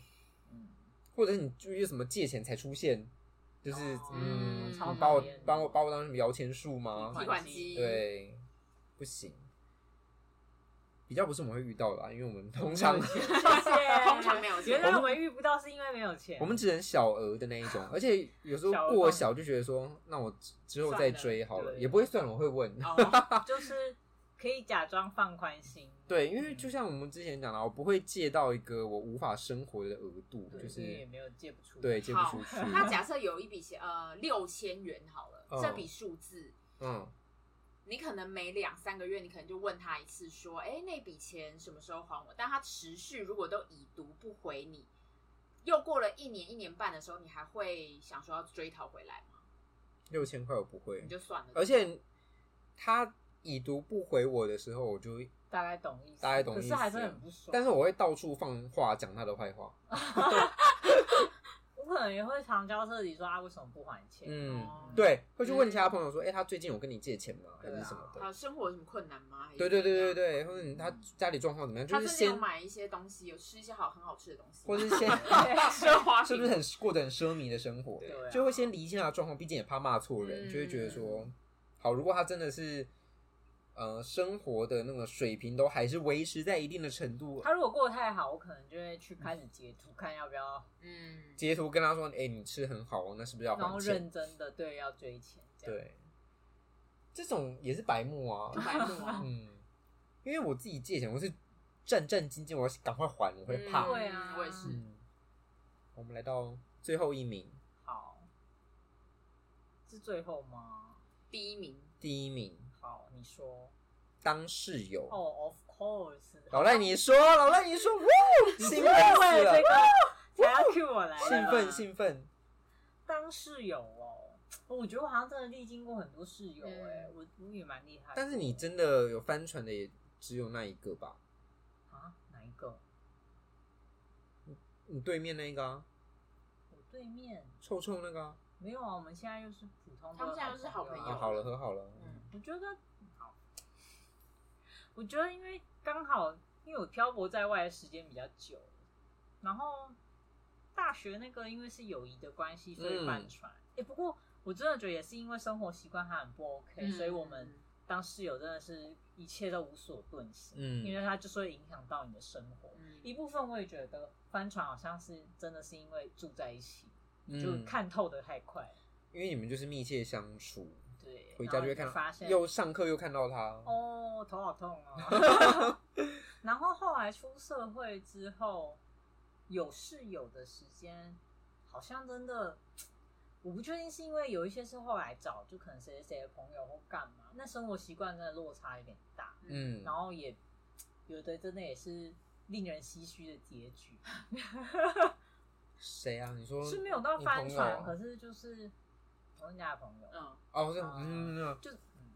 [SPEAKER 2] 嗯
[SPEAKER 1] 或者是你就是什么借钱才出现，就是、
[SPEAKER 2] 哦
[SPEAKER 1] 嗯，
[SPEAKER 2] 超
[SPEAKER 1] 你把我
[SPEAKER 2] 讨厌的
[SPEAKER 1] 把我把我当成什么摇钱树吗？
[SPEAKER 3] 提款机，
[SPEAKER 1] 对，不行，比较不是我们会遇到的、啊，因为我们通 常
[SPEAKER 2] 谢谢。
[SPEAKER 3] 通常没有钱
[SPEAKER 2] 嗯原来我们遇不到是因为没有钱，
[SPEAKER 1] 我们只能小额的那一种，而且有时候
[SPEAKER 2] 小额
[SPEAKER 1] 过
[SPEAKER 2] 放
[SPEAKER 1] 小就觉得说，那我之之后
[SPEAKER 3] 算
[SPEAKER 1] 再
[SPEAKER 3] 了
[SPEAKER 1] 追好了，
[SPEAKER 2] 对
[SPEAKER 1] 也不会算了，我会问。
[SPEAKER 3] 哦，
[SPEAKER 2] 就是可以假装放宽心。
[SPEAKER 1] 对，因为就像我们之前讲的，我不会借到一个我无法生活的额度，
[SPEAKER 2] 对
[SPEAKER 1] 就
[SPEAKER 2] 因为也
[SPEAKER 1] 是
[SPEAKER 2] 没有借不出。
[SPEAKER 1] 对借不
[SPEAKER 3] 好
[SPEAKER 1] 出去。
[SPEAKER 3] 那假设有一笔钱，呃，六千元好了，
[SPEAKER 1] 嗯
[SPEAKER 3] 这笔数字。
[SPEAKER 1] 嗯，
[SPEAKER 3] 你可能每两三个月，你可能就问他一次，说：“哎、那笔钱什么时候还我？”但他持续如果都已读不回你，又过了一年、一年半的时候，你还会想说要追讨回来吗？
[SPEAKER 1] 六千块我不会
[SPEAKER 3] 你，就算了。
[SPEAKER 1] 而且他已读不回我的时候，我就，
[SPEAKER 2] 大概懂意思，
[SPEAKER 1] 大概懂意
[SPEAKER 2] 可
[SPEAKER 1] 思
[SPEAKER 2] 是还是很不爽。
[SPEAKER 1] 但是我会到处放话讲他的坏话。
[SPEAKER 3] 嗯
[SPEAKER 2] 我可能也会常交涉理说啊，为什么不还钱？
[SPEAKER 1] 嗯，
[SPEAKER 3] 哦
[SPEAKER 1] 对，会去问其他朋友说，哎、他最近有跟你借钱吗？还
[SPEAKER 2] 对
[SPEAKER 1] 是
[SPEAKER 2] 啊
[SPEAKER 1] 什么的？
[SPEAKER 3] 他生活有什么困难吗？
[SPEAKER 1] 对对对对
[SPEAKER 3] 对，
[SPEAKER 1] 对，或者你他家里状况怎么样？就
[SPEAKER 3] 嗯他
[SPEAKER 1] 是
[SPEAKER 3] 最近有
[SPEAKER 1] 先，
[SPEAKER 3] 买一些东西，有吃一些好很好吃的东西，
[SPEAKER 1] 或是先。
[SPEAKER 3] 奢华
[SPEAKER 1] 是
[SPEAKER 3] 品
[SPEAKER 1] 不是很过得很奢靡的生活？
[SPEAKER 2] 对啊
[SPEAKER 1] 就会先理清他的状况，毕竟也怕骂错人，
[SPEAKER 3] 嗯
[SPEAKER 1] 就会觉得说，好，如果他真的是呃生活的那个水平都还是维持在一定的程度，
[SPEAKER 2] 他如果过得太好，我可能就会去开始截图，看要不要，
[SPEAKER 3] 嗯，
[SPEAKER 1] 截图跟他说，哎、你吃很好哦，那是不是要
[SPEAKER 2] 然后
[SPEAKER 1] 还钱？
[SPEAKER 2] 认真的对要追钱。这样，
[SPEAKER 1] 对，这种也是白目啊，
[SPEAKER 3] 就白目啊，
[SPEAKER 1] 嗯，因为我自己借钱，我是战战兢兢，我要赶快还，我 会怕。
[SPEAKER 3] 嗯
[SPEAKER 2] 对啊
[SPEAKER 3] 我也是。
[SPEAKER 1] 嗯，我们来到最后一名，
[SPEAKER 2] 好，是最后吗？
[SPEAKER 3] 第一名，
[SPEAKER 1] 第一名
[SPEAKER 2] 好，你说。
[SPEAKER 1] 当室友。
[SPEAKER 2] 哦、o f course。
[SPEAKER 1] 老赖，你说，老赖， 你说，哇，兴奋死
[SPEAKER 2] 为了
[SPEAKER 1] 了
[SPEAKER 2] 这，个才要 cue 我来的
[SPEAKER 1] 兴
[SPEAKER 2] 吧
[SPEAKER 1] 奋，兴奋。
[SPEAKER 2] 当室友哦，我觉得我好像真的历经过很多室友
[SPEAKER 3] 嗯
[SPEAKER 2] 哎、我我也蛮厉害的。
[SPEAKER 1] 但是你真的有翻船的，也只有那一个吧？
[SPEAKER 2] 啊哪一个？
[SPEAKER 1] 你对面那个啊，
[SPEAKER 2] 我对面
[SPEAKER 1] 臭臭那个啊，
[SPEAKER 2] 没有啊，我们现在又是普通的，
[SPEAKER 3] 他们现在又是好朋
[SPEAKER 2] 友
[SPEAKER 3] 友
[SPEAKER 2] 啊。
[SPEAKER 1] 啊好了，和好了，
[SPEAKER 3] 嗯，
[SPEAKER 2] 我觉得好，我觉得因为刚好因为我漂泊在外的时间比较久，然后大学那个因为是友谊的关系，所
[SPEAKER 1] 嗯
[SPEAKER 2] 以翻船。哎、不过我真的觉得也是因为生活习惯还很不 OK，、
[SPEAKER 3] 嗯
[SPEAKER 2] 所以我们当室友真的是一切都无所遁形，
[SPEAKER 1] 嗯
[SPEAKER 2] 因为它就是会影响到你的生活。
[SPEAKER 3] 嗯
[SPEAKER 2] 一部分我也觉得翻船好像是真的是因为住在一起，就
[SPEAKER 1] 嗯，
[SPEAKER 2] 看透的太快了。
[SPEAKER 1] 因为你们就是密切相处，
[SPEAKER 2] 对，
[SPEAKER 1] 回家就会
[SPEAKER 2] 然后
[SPEAKER 1] 看
[SPEAKER 2] 你发现
[SPEAKER 1] 到，又上课又看到他。
[SPEAKER 2] 哦，头好痛 哦。然后后来出社会之后，有室友的时间好像真的，我不确定是因为有一些是后来找，就可能谁谁谁的朋友或干嘛，那生活习惯真的落差有点大，
[SPEAKER 1] 嗯，
[SPEAKER 2] 然后也有的真的也是令人唏嘘的结局，
[SPEAKER 1] 谁啊？你说
[SPEAKER 2] 是没有到
[SPEAKER 1] 你
[SPEAKER 2] 翻
[SPEAKER 1] 朋友啊
[SPEAKER 2] 船，可是就是我们家的朋友，
[SPEAKER 3] 嗯，
[SPEAKER 1] 哦，是
[SPEAKER 2] 啊
[SPEAKER 1] 嗯，嗯
[SPEAKER 2] 就嗯，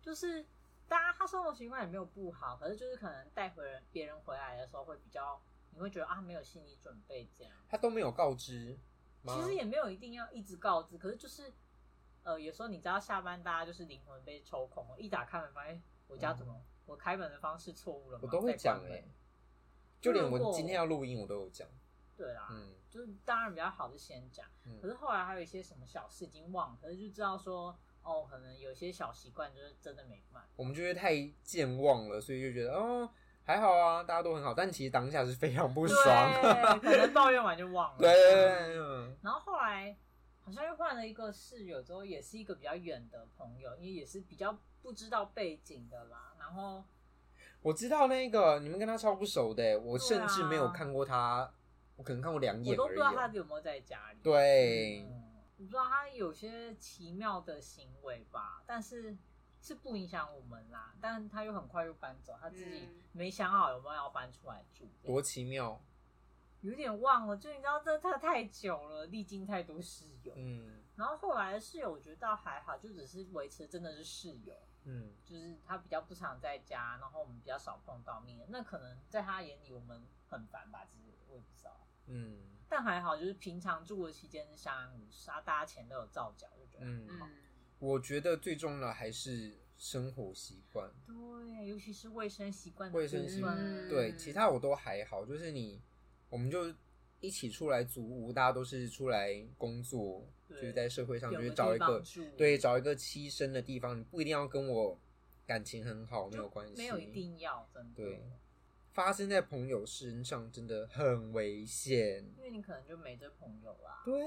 [SPEAKER 2] 就是大家他生活习惯也没有不好，可是就是可能带回人别人回来的时候会比较，你会觉得啊没有心理准备这样。
[SPEAKER 1] 他都没有告知吗。
[SPEAKER 2] 其实也没有一定要一直告知，可是就是呃有时候你知道下班大家就是灵魂被抽空，我一打开门发现我家怎么、我开门的方式错误了吗，
[SPEAKER 1] 嗯我都会
[SPEAKER 2] 再关
[SPEAKER 1] 讲哎、
[SPEAKER 2] 门
[SPEAKER 1] 就连
[SPEAKER 2] 如果
[SPEAKER 1] 我今天要录音我都有讲。
[SPEAKER 2] 对啦，
[SPEAKER 1] 嗯
[SPEAKER 2] 就是当然比较好的先讲。
[SPEAKER 1] 嗯
[SPEAKER 2] 可是后来还有一些什么小事已经忘了，可是就知道说哦，可能有些小习惯就是真的没办法。
[SPEAKER 1] 我们就是太健忘了，所以就觉得哦还好啊，大家都很好，但其实当下是非常不爽。
[SPEAKER 2] 对，可能抱怨完就 忘了。
[SPEAKER 1] 对对对对，嗯
[SPEAKER 2] 然后后来好像又换了一个室友，之后也是一个比较远的朋友，因为也是比较不知道背景的啦。然后
[SPEAKER 1] 我知道那个你们跟他超不熟的欸，我
[SPEAKER 2] 对
[SPEAKER 1] 甚至没有
[SPEAKER 2] 啊
[SPEAKER 1] 看过他，我可能看过两
[SPEAKER 2] 我
[SPEAKER 1] 眼
[SPEAKER 2] 都不知道
[SPEAKER 1] 而
[SPEAKER 2] 他
[SPEAKER 1] 已。啊
[SPEAKER 2] 有没有在家里。
[SPEAKER 1] 对，
[SPEAKER 2] 嗯，我不知道他有些奇妙的行为吧，但是是不影响我们啦。但他又很快就搬走，他自己
[SPEAKER 3] 嗯
[SPEAKER 2] 没想好有没有要搬出来住，
[SPEAKER 1] 多奇妙。
[SPEAKER 2] 有点忘了。就你知道，这他太久了，历经太多室友。
[SPEAKER 1] 嗯
[SPEAKER 2] 然后后来的室友，我觉得倒还好，就只是维持真的是室友，
[SPEAKER 1] 嗯，
[SPEAKER 2] 就是他比较不常在家，然后我们比较少碰到面，那可能在他眼里我们很烦吧，之类的，我也不知道。
[SPEAKER 1] 嗯
[SPEAKER 2] 但还好，就是平常住的期间是相安无事，啊，大家钱都有照缴，就觉得
[SPEAKER 1] 嗯
[SPEAKER 2] 很好。
[SPEAKER 1] 我觉得最重要的还是生活习惯。
[SPEAKER 2] 对，尤其是卫生习惯的
[SPEAKER 1] 卫生习
[SPEAKER 2] 部
[SPEAKER 1] 惯
[SPEAKER 2] 分
[SPEAKER 1] 对，
[SPEAKER 3] 嗯
[SPEAKER 1] 其他我都还好，就是你，我们就一起出来租屋，大家都是出来工作，就
[SPEAKER 2] 对
[SPEAKER 1] 是在社会上，就是
[SPEAKER 2] 有
[SPEAKER 1] 找一
[SPEAKER 2] 地方
[SPEAKER 1] 个
[SPEAKER 2] 住
[SPEAKER 1] 对，找一个栖身的地方，你不一定要跟我感情很好，没有关系，
[SPEAKER 2] 没有一。定要真的，
[SPEAKER 1] 对发生在朋友身上真的很危险。
[SPEAKER 2] 因为你可能就没这朋友啦。
[SPEAKER 1] 对，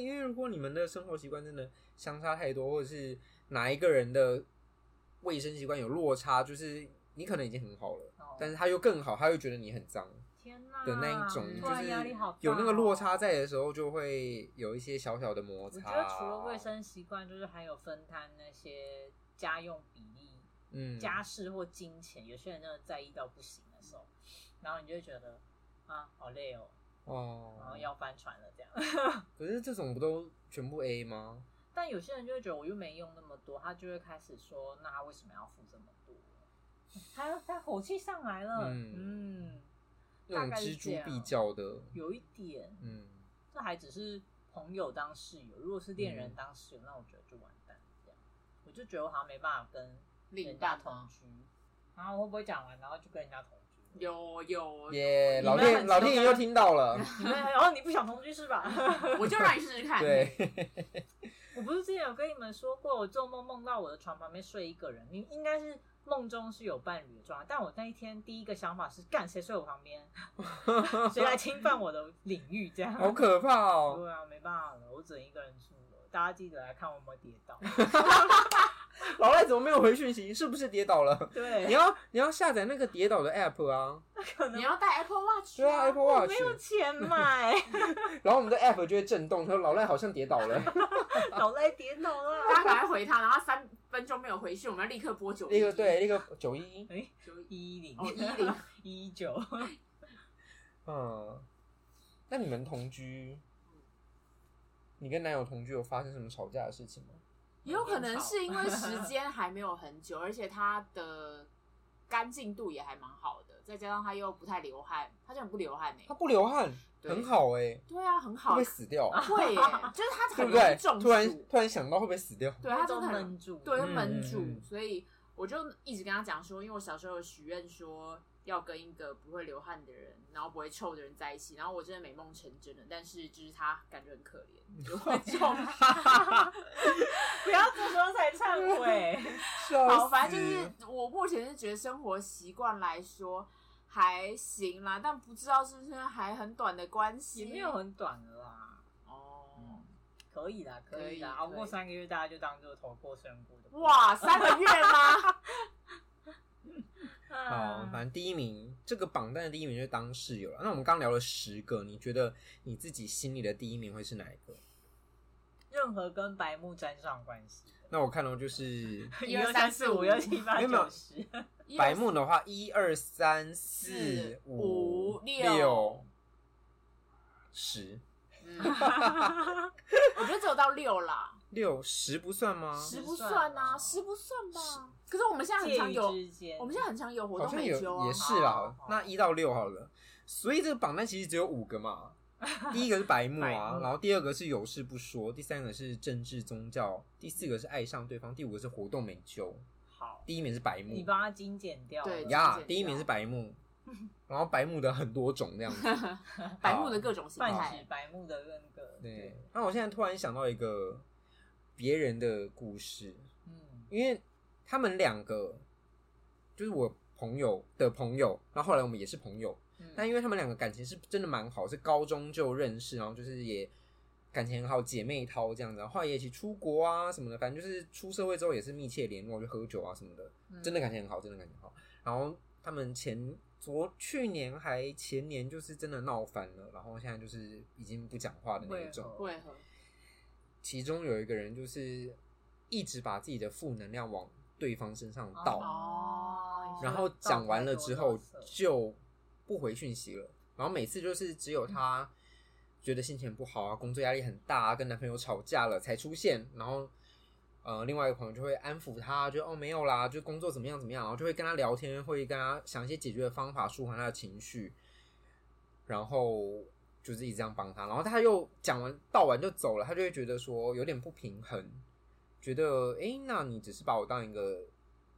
[SPEAKER 1] 因为如果你们的生活习惯真的相差太多，或者是哪一个人的卫生习惯有落差，就是你可能已经很好了，
[SPEAKER 2] 哦
[SPEAKER 1] 但是他又更好，他又觉得你很脏
[SPEAKER 2] 天哪
[SPEAKER 1] 的那一种，
[SPEAKER 3] 嗯
[SPEAKER 1] 就
[SPEAKER 2] 啊突然压力
[SPEAKER 1] 是
[SPEAKER 2] 好大
[SPEAKER 1] 有那个
[SPEAKER 2] 哦
[SPEAKER 1] 落差在的时候，就会有一些小小的摩
[SPEAKER 2] 我
[SPEAKER 1] 擦。
[SPEAKER 2] 觉得除了卫，生习惯，就是还有分摊那些家用比例、
[SPEAKER 1] 嗯，
[SPEAKER 2] 家事或金钱，有些人真的在意到不行的时候，然后你就会觉得啊，好累哦，然后
[SPEAKER 1] 哦，
[SPEAKER 2] 要翻船了这样。
[SPEAKER 1] 可是这种不都全部 A 吗？
[SPEAKER 2] 但有些人就会觉得我又没用那么多，他就会开始说，那他为什么要付这么多？ 他他火气上来了，
[SPEAKER 1] 嗯
[SPEAKER 2] 嗯
[SPEAKER 1] 那种
[SPEAKER 2] 大概是
[SPEAKER 1] 锱
[SPEAKER 2] 这
[SPEAKER 1] 铢
[SPEAKER 2] 样
[SPEAKER 1] 必较的，
[SPEAKER 2] 有一点，
[SPEAKER 1] 嗯，
[SPEAKER 2] 这还只是朋友当室友，如果是恋
[SPEAKER 1] 嗯
[SPEAKER 2] 人当室友，那我觉得就完蛋了这样。我就觉得我好像没办法跟人
[SPEAKER 3] 另大
[SPEAKER 2] 家同
[SPEAKER 3] 同
[SPEAKER 2] 居，然后会不会讲完，然后就跟人家同居？
[SPEAKER 3] 有有，
[SPEAKER 1] 耶、
[SPEAKER 2] 你
[SPEAKER 1] 老
[SPEAKER 2] 们
[SPEAKER 1] 天
[SPEAKER 2] 很
[SPEAKER 1] 老
[SPEAKER 2] 奇
[SPEAKER 1] 天爷
[SPEAKER 2] 怪
[SPEAKER 1] 又听到了，
[SPEAKER 2] 你们然后你不想同居是吧？
[SPEAKER 3] 我就让你试试看。
[SPEAKER 1] 对，
[SPEAKER 2] 我不是之前有跟你们说过，我做梦梦到我的床旁边睡一个人，你应该是梦中是有伴侣的状态，但我那一天第一个想法是，干谁睡我旁 边，谁来侵犯我的领域这样？
[SPEAKER 1] 好可怕哦。
[SPEAKER 2] 对啊，没办法了，我只能一个人住了。大家记得来看我有没有跌 倒。
[SPEAKER 1] 老赖怎么没有回讯息？是不是跌倒了？
[SPEAKER 2] 对，
[SPEAKER 1] 你要你要下载那个跌倒的 app 啊，
[SPEAKER 3] 你要戴 Apple Watch，
[SPEAKER 1] 对啊，Apple
[SPEAKER 2] 我
[SPEAKER 1] Watch，
[SPEAKER 2] 没有 钱买，
[SPEAKER 1] 然后我们的 app 就会震动，说老赖好像跌倒 了，
[SPEAKER 2] 老赖跌倒
[SPEAKER 3] 大家赶
[SPEAKER 2] 了。
[SPEAKER 3] 快回他，然后三分钟没有回信，我们要立刻拨九
[SPEAKER 1] 那个对那个九一，
[SPEAKER 2] 哎，
[SPEAKER 3] 九一
[SPEAKER 2] 一零
[SPEAKER 3] 哦10
[SPEAKER 2] 一九，
[SPEAKER 1] 嗯，那你们同居，你跟男友同居有发生什么吵架的事情吗？
[SPEAKER 3] 也有可能是因为时间还没有很久，而 且他的干净度也还蛮好的，再加上他又不太流汗，他就很不流汗呢、
[SPEAKER 1] 他不流汗，
[SPEAKER 3] 对
[SPEAKER 1] 很好哎、
[SPEAKER 3] 对啊，很
[SPEAKER 1] 会不
[SPEAKER 3] 好
[SPEAKER 1] 会，死掉？
[SPEAKER 3] 会耶、就是他
[SPEAKER 1] 对
[SPEAKER 3] 很
[SPEAKER 1] 不
[SPEAKER 3] 容易
[SPEAKER 1] 对
[SPEAKER 3] 中？暑，
[SPEAKER 1] 突然突然想到会不会 死掉？
[SPEAKER 3] 对他真
[SPEAKER 2] 都
[SPEAKER 3] 的很
[SPEAKER 2] 闷住，
[SPEAKER 3] 对，会
[SPEAKER 1] 嗯
[SPEAKER 3] 闷住，
[SPEAKER 1] 嗯嗯
[SPEAKER 3] 所以我就一直跟他讲说，因为我小时候有许愿说要跟一个不会流汗的人，然后不会臭的人在一起，然后我真的美梦成真了，但是就是他感觉很可怜，就 会中暑。
[SPEAKER 2] 不要这时候才忏悔。
[SPEAKER 1] 笑
[SPEAKER 3] 好，
[SPEAKER 1] 死
[SPEAKER 3] 反正就是我目前是觉得生活习惯来说还行啦，但不知道是不是还很短的关系，
[SPEAKER 2] 也没有很短的啦。
[SPEAKER 3] 哦。
[SPEAKER 2] 啊可以啦，可以啦，
[SPEAKER 3] 可以
[SPEAKER 2] 熬过
[SPEAKER 3] 可以
[SPEAKER 2] 三个月，大家就当做头过身过的。
[SPEAKER 3] 哇，三个月 吗？嗯
[SPEAKER 1] 好，反正第一名这个榜单的第一名就是当室友了。那我们刚聊了十个，你觉得你自己心里的第一名会是哪一个？
[SPEAKER 2] 任何跟白目沾上关系的。
[SPEAKER 1] 那我看到就是
[SPEAKER 2] 一二三四五六七八
[SPEAKER 1] 没有没有
[SPEAKER 2] 九十，
[SPEAKER 1] 白木的话，一二三四
[SPEAKER 3] 五六
[SPEAKER 1] 六十
[SPEAKER 3] 嗯我觉得只有到六 啦，
[SPEAKER 1] 六十不算吗？
[SPEAKER 3] 十不算啊，
[SPEAKER 2] 十
[SPEAKER 3] 十不算吧。可是我们现在很
[SPEAKER 2] 介
[SPEAKER 3] 常
[SPEAKER 2] 于
[SPEAKER 3] 有，
[SPEAKER 2] 之间。
[SPEAKER 3] 我们现在很常有活
[SPEAKER 1] 好
[SPEAKER 3] 动
[SPEAKER 1] 像
[SPEAKER 3] 美
[SPEAKER 1] 有
[SPEAKER 3] 秋啊
[SPEAKER 1] 也，是啦
[SPEAKER 2] 哦好。
[SPEAKER 1] 那一到六好了，所以这个榜单其实只有五个 嘛。第一个是白木
[SPEAKER 2] 白
[SPEAKER 1] 啊，
[SPEAKER 2] 目
[SPEAKER 1] 然后第二个是有事不说，第三个是政治宗教，第四个是爱上对方，第五个是活动美秋。
[SPEAKER 2] 好，
[SPEAKER 1] 第一名是白木
[SPEAKER 2] 你，帮他精简掉了。
[SPEAKER 3] 对
[SPEAKER 1] 呀
[SPEAKER 3] 精简掉，
[SPEAKER 1] 第一名是白 木，然后白木的很多种这样子。
[SPEAKER 3] 白目的各 种形
[SPEAKER 2] 泛指
[SPEAKER 3] 态。
[SPEAKER 2] 白目的那个。
[SPEAKER 1] 对，，那我现在突然想到一个别人的故事，
[SPEAKER 2] 嗯，
[SPEAKER 1] 因为他们两个就是我朋友的朋友，然后后来我们也是朋友，
[SPEAKER 2] 嗯
[SPEAKER 1] 但因为他们两个感情是真的蛮好，是高中就认识，然后就是也感情很好，姐妹淘这样子，啊然后后来也一起出国啊什么的，反正就是出社会之后也是密切联络，就喝酒啊什么的，
[SPEAKER 2] 嗯
[SPEAKER 1] 真的感情很好，真的感情很好。然后他们前昨去年还前年就是真的闹翻了，然后现在就是已经不讲话的那一种。
[SPEAKER 2] 为何
[SPEAKER 3] 为何？
[SPEAKER 1] 其中有一个人就是一直把自己的负能量往对方身上倒，
[SPEAKER 3] 哦
[SPEAKER 1] 然后讲完了之后就不回讯息了。然后每次就是只有她觉得心情不好啊，工作压力很大啊，跟男朋友吵架了才出现。然后呃，另外一个朋友就会安抚她，就哦没有啦，就工作怎么样怎么样，然后就会跟她聊天，会跟她想一些解决的方法，舒缓她的情绪。然后就是一直这样帮她，然后她又讲完道完就走了，她就会觉得说有点不平衡，觉得诶，那你只是把我当一个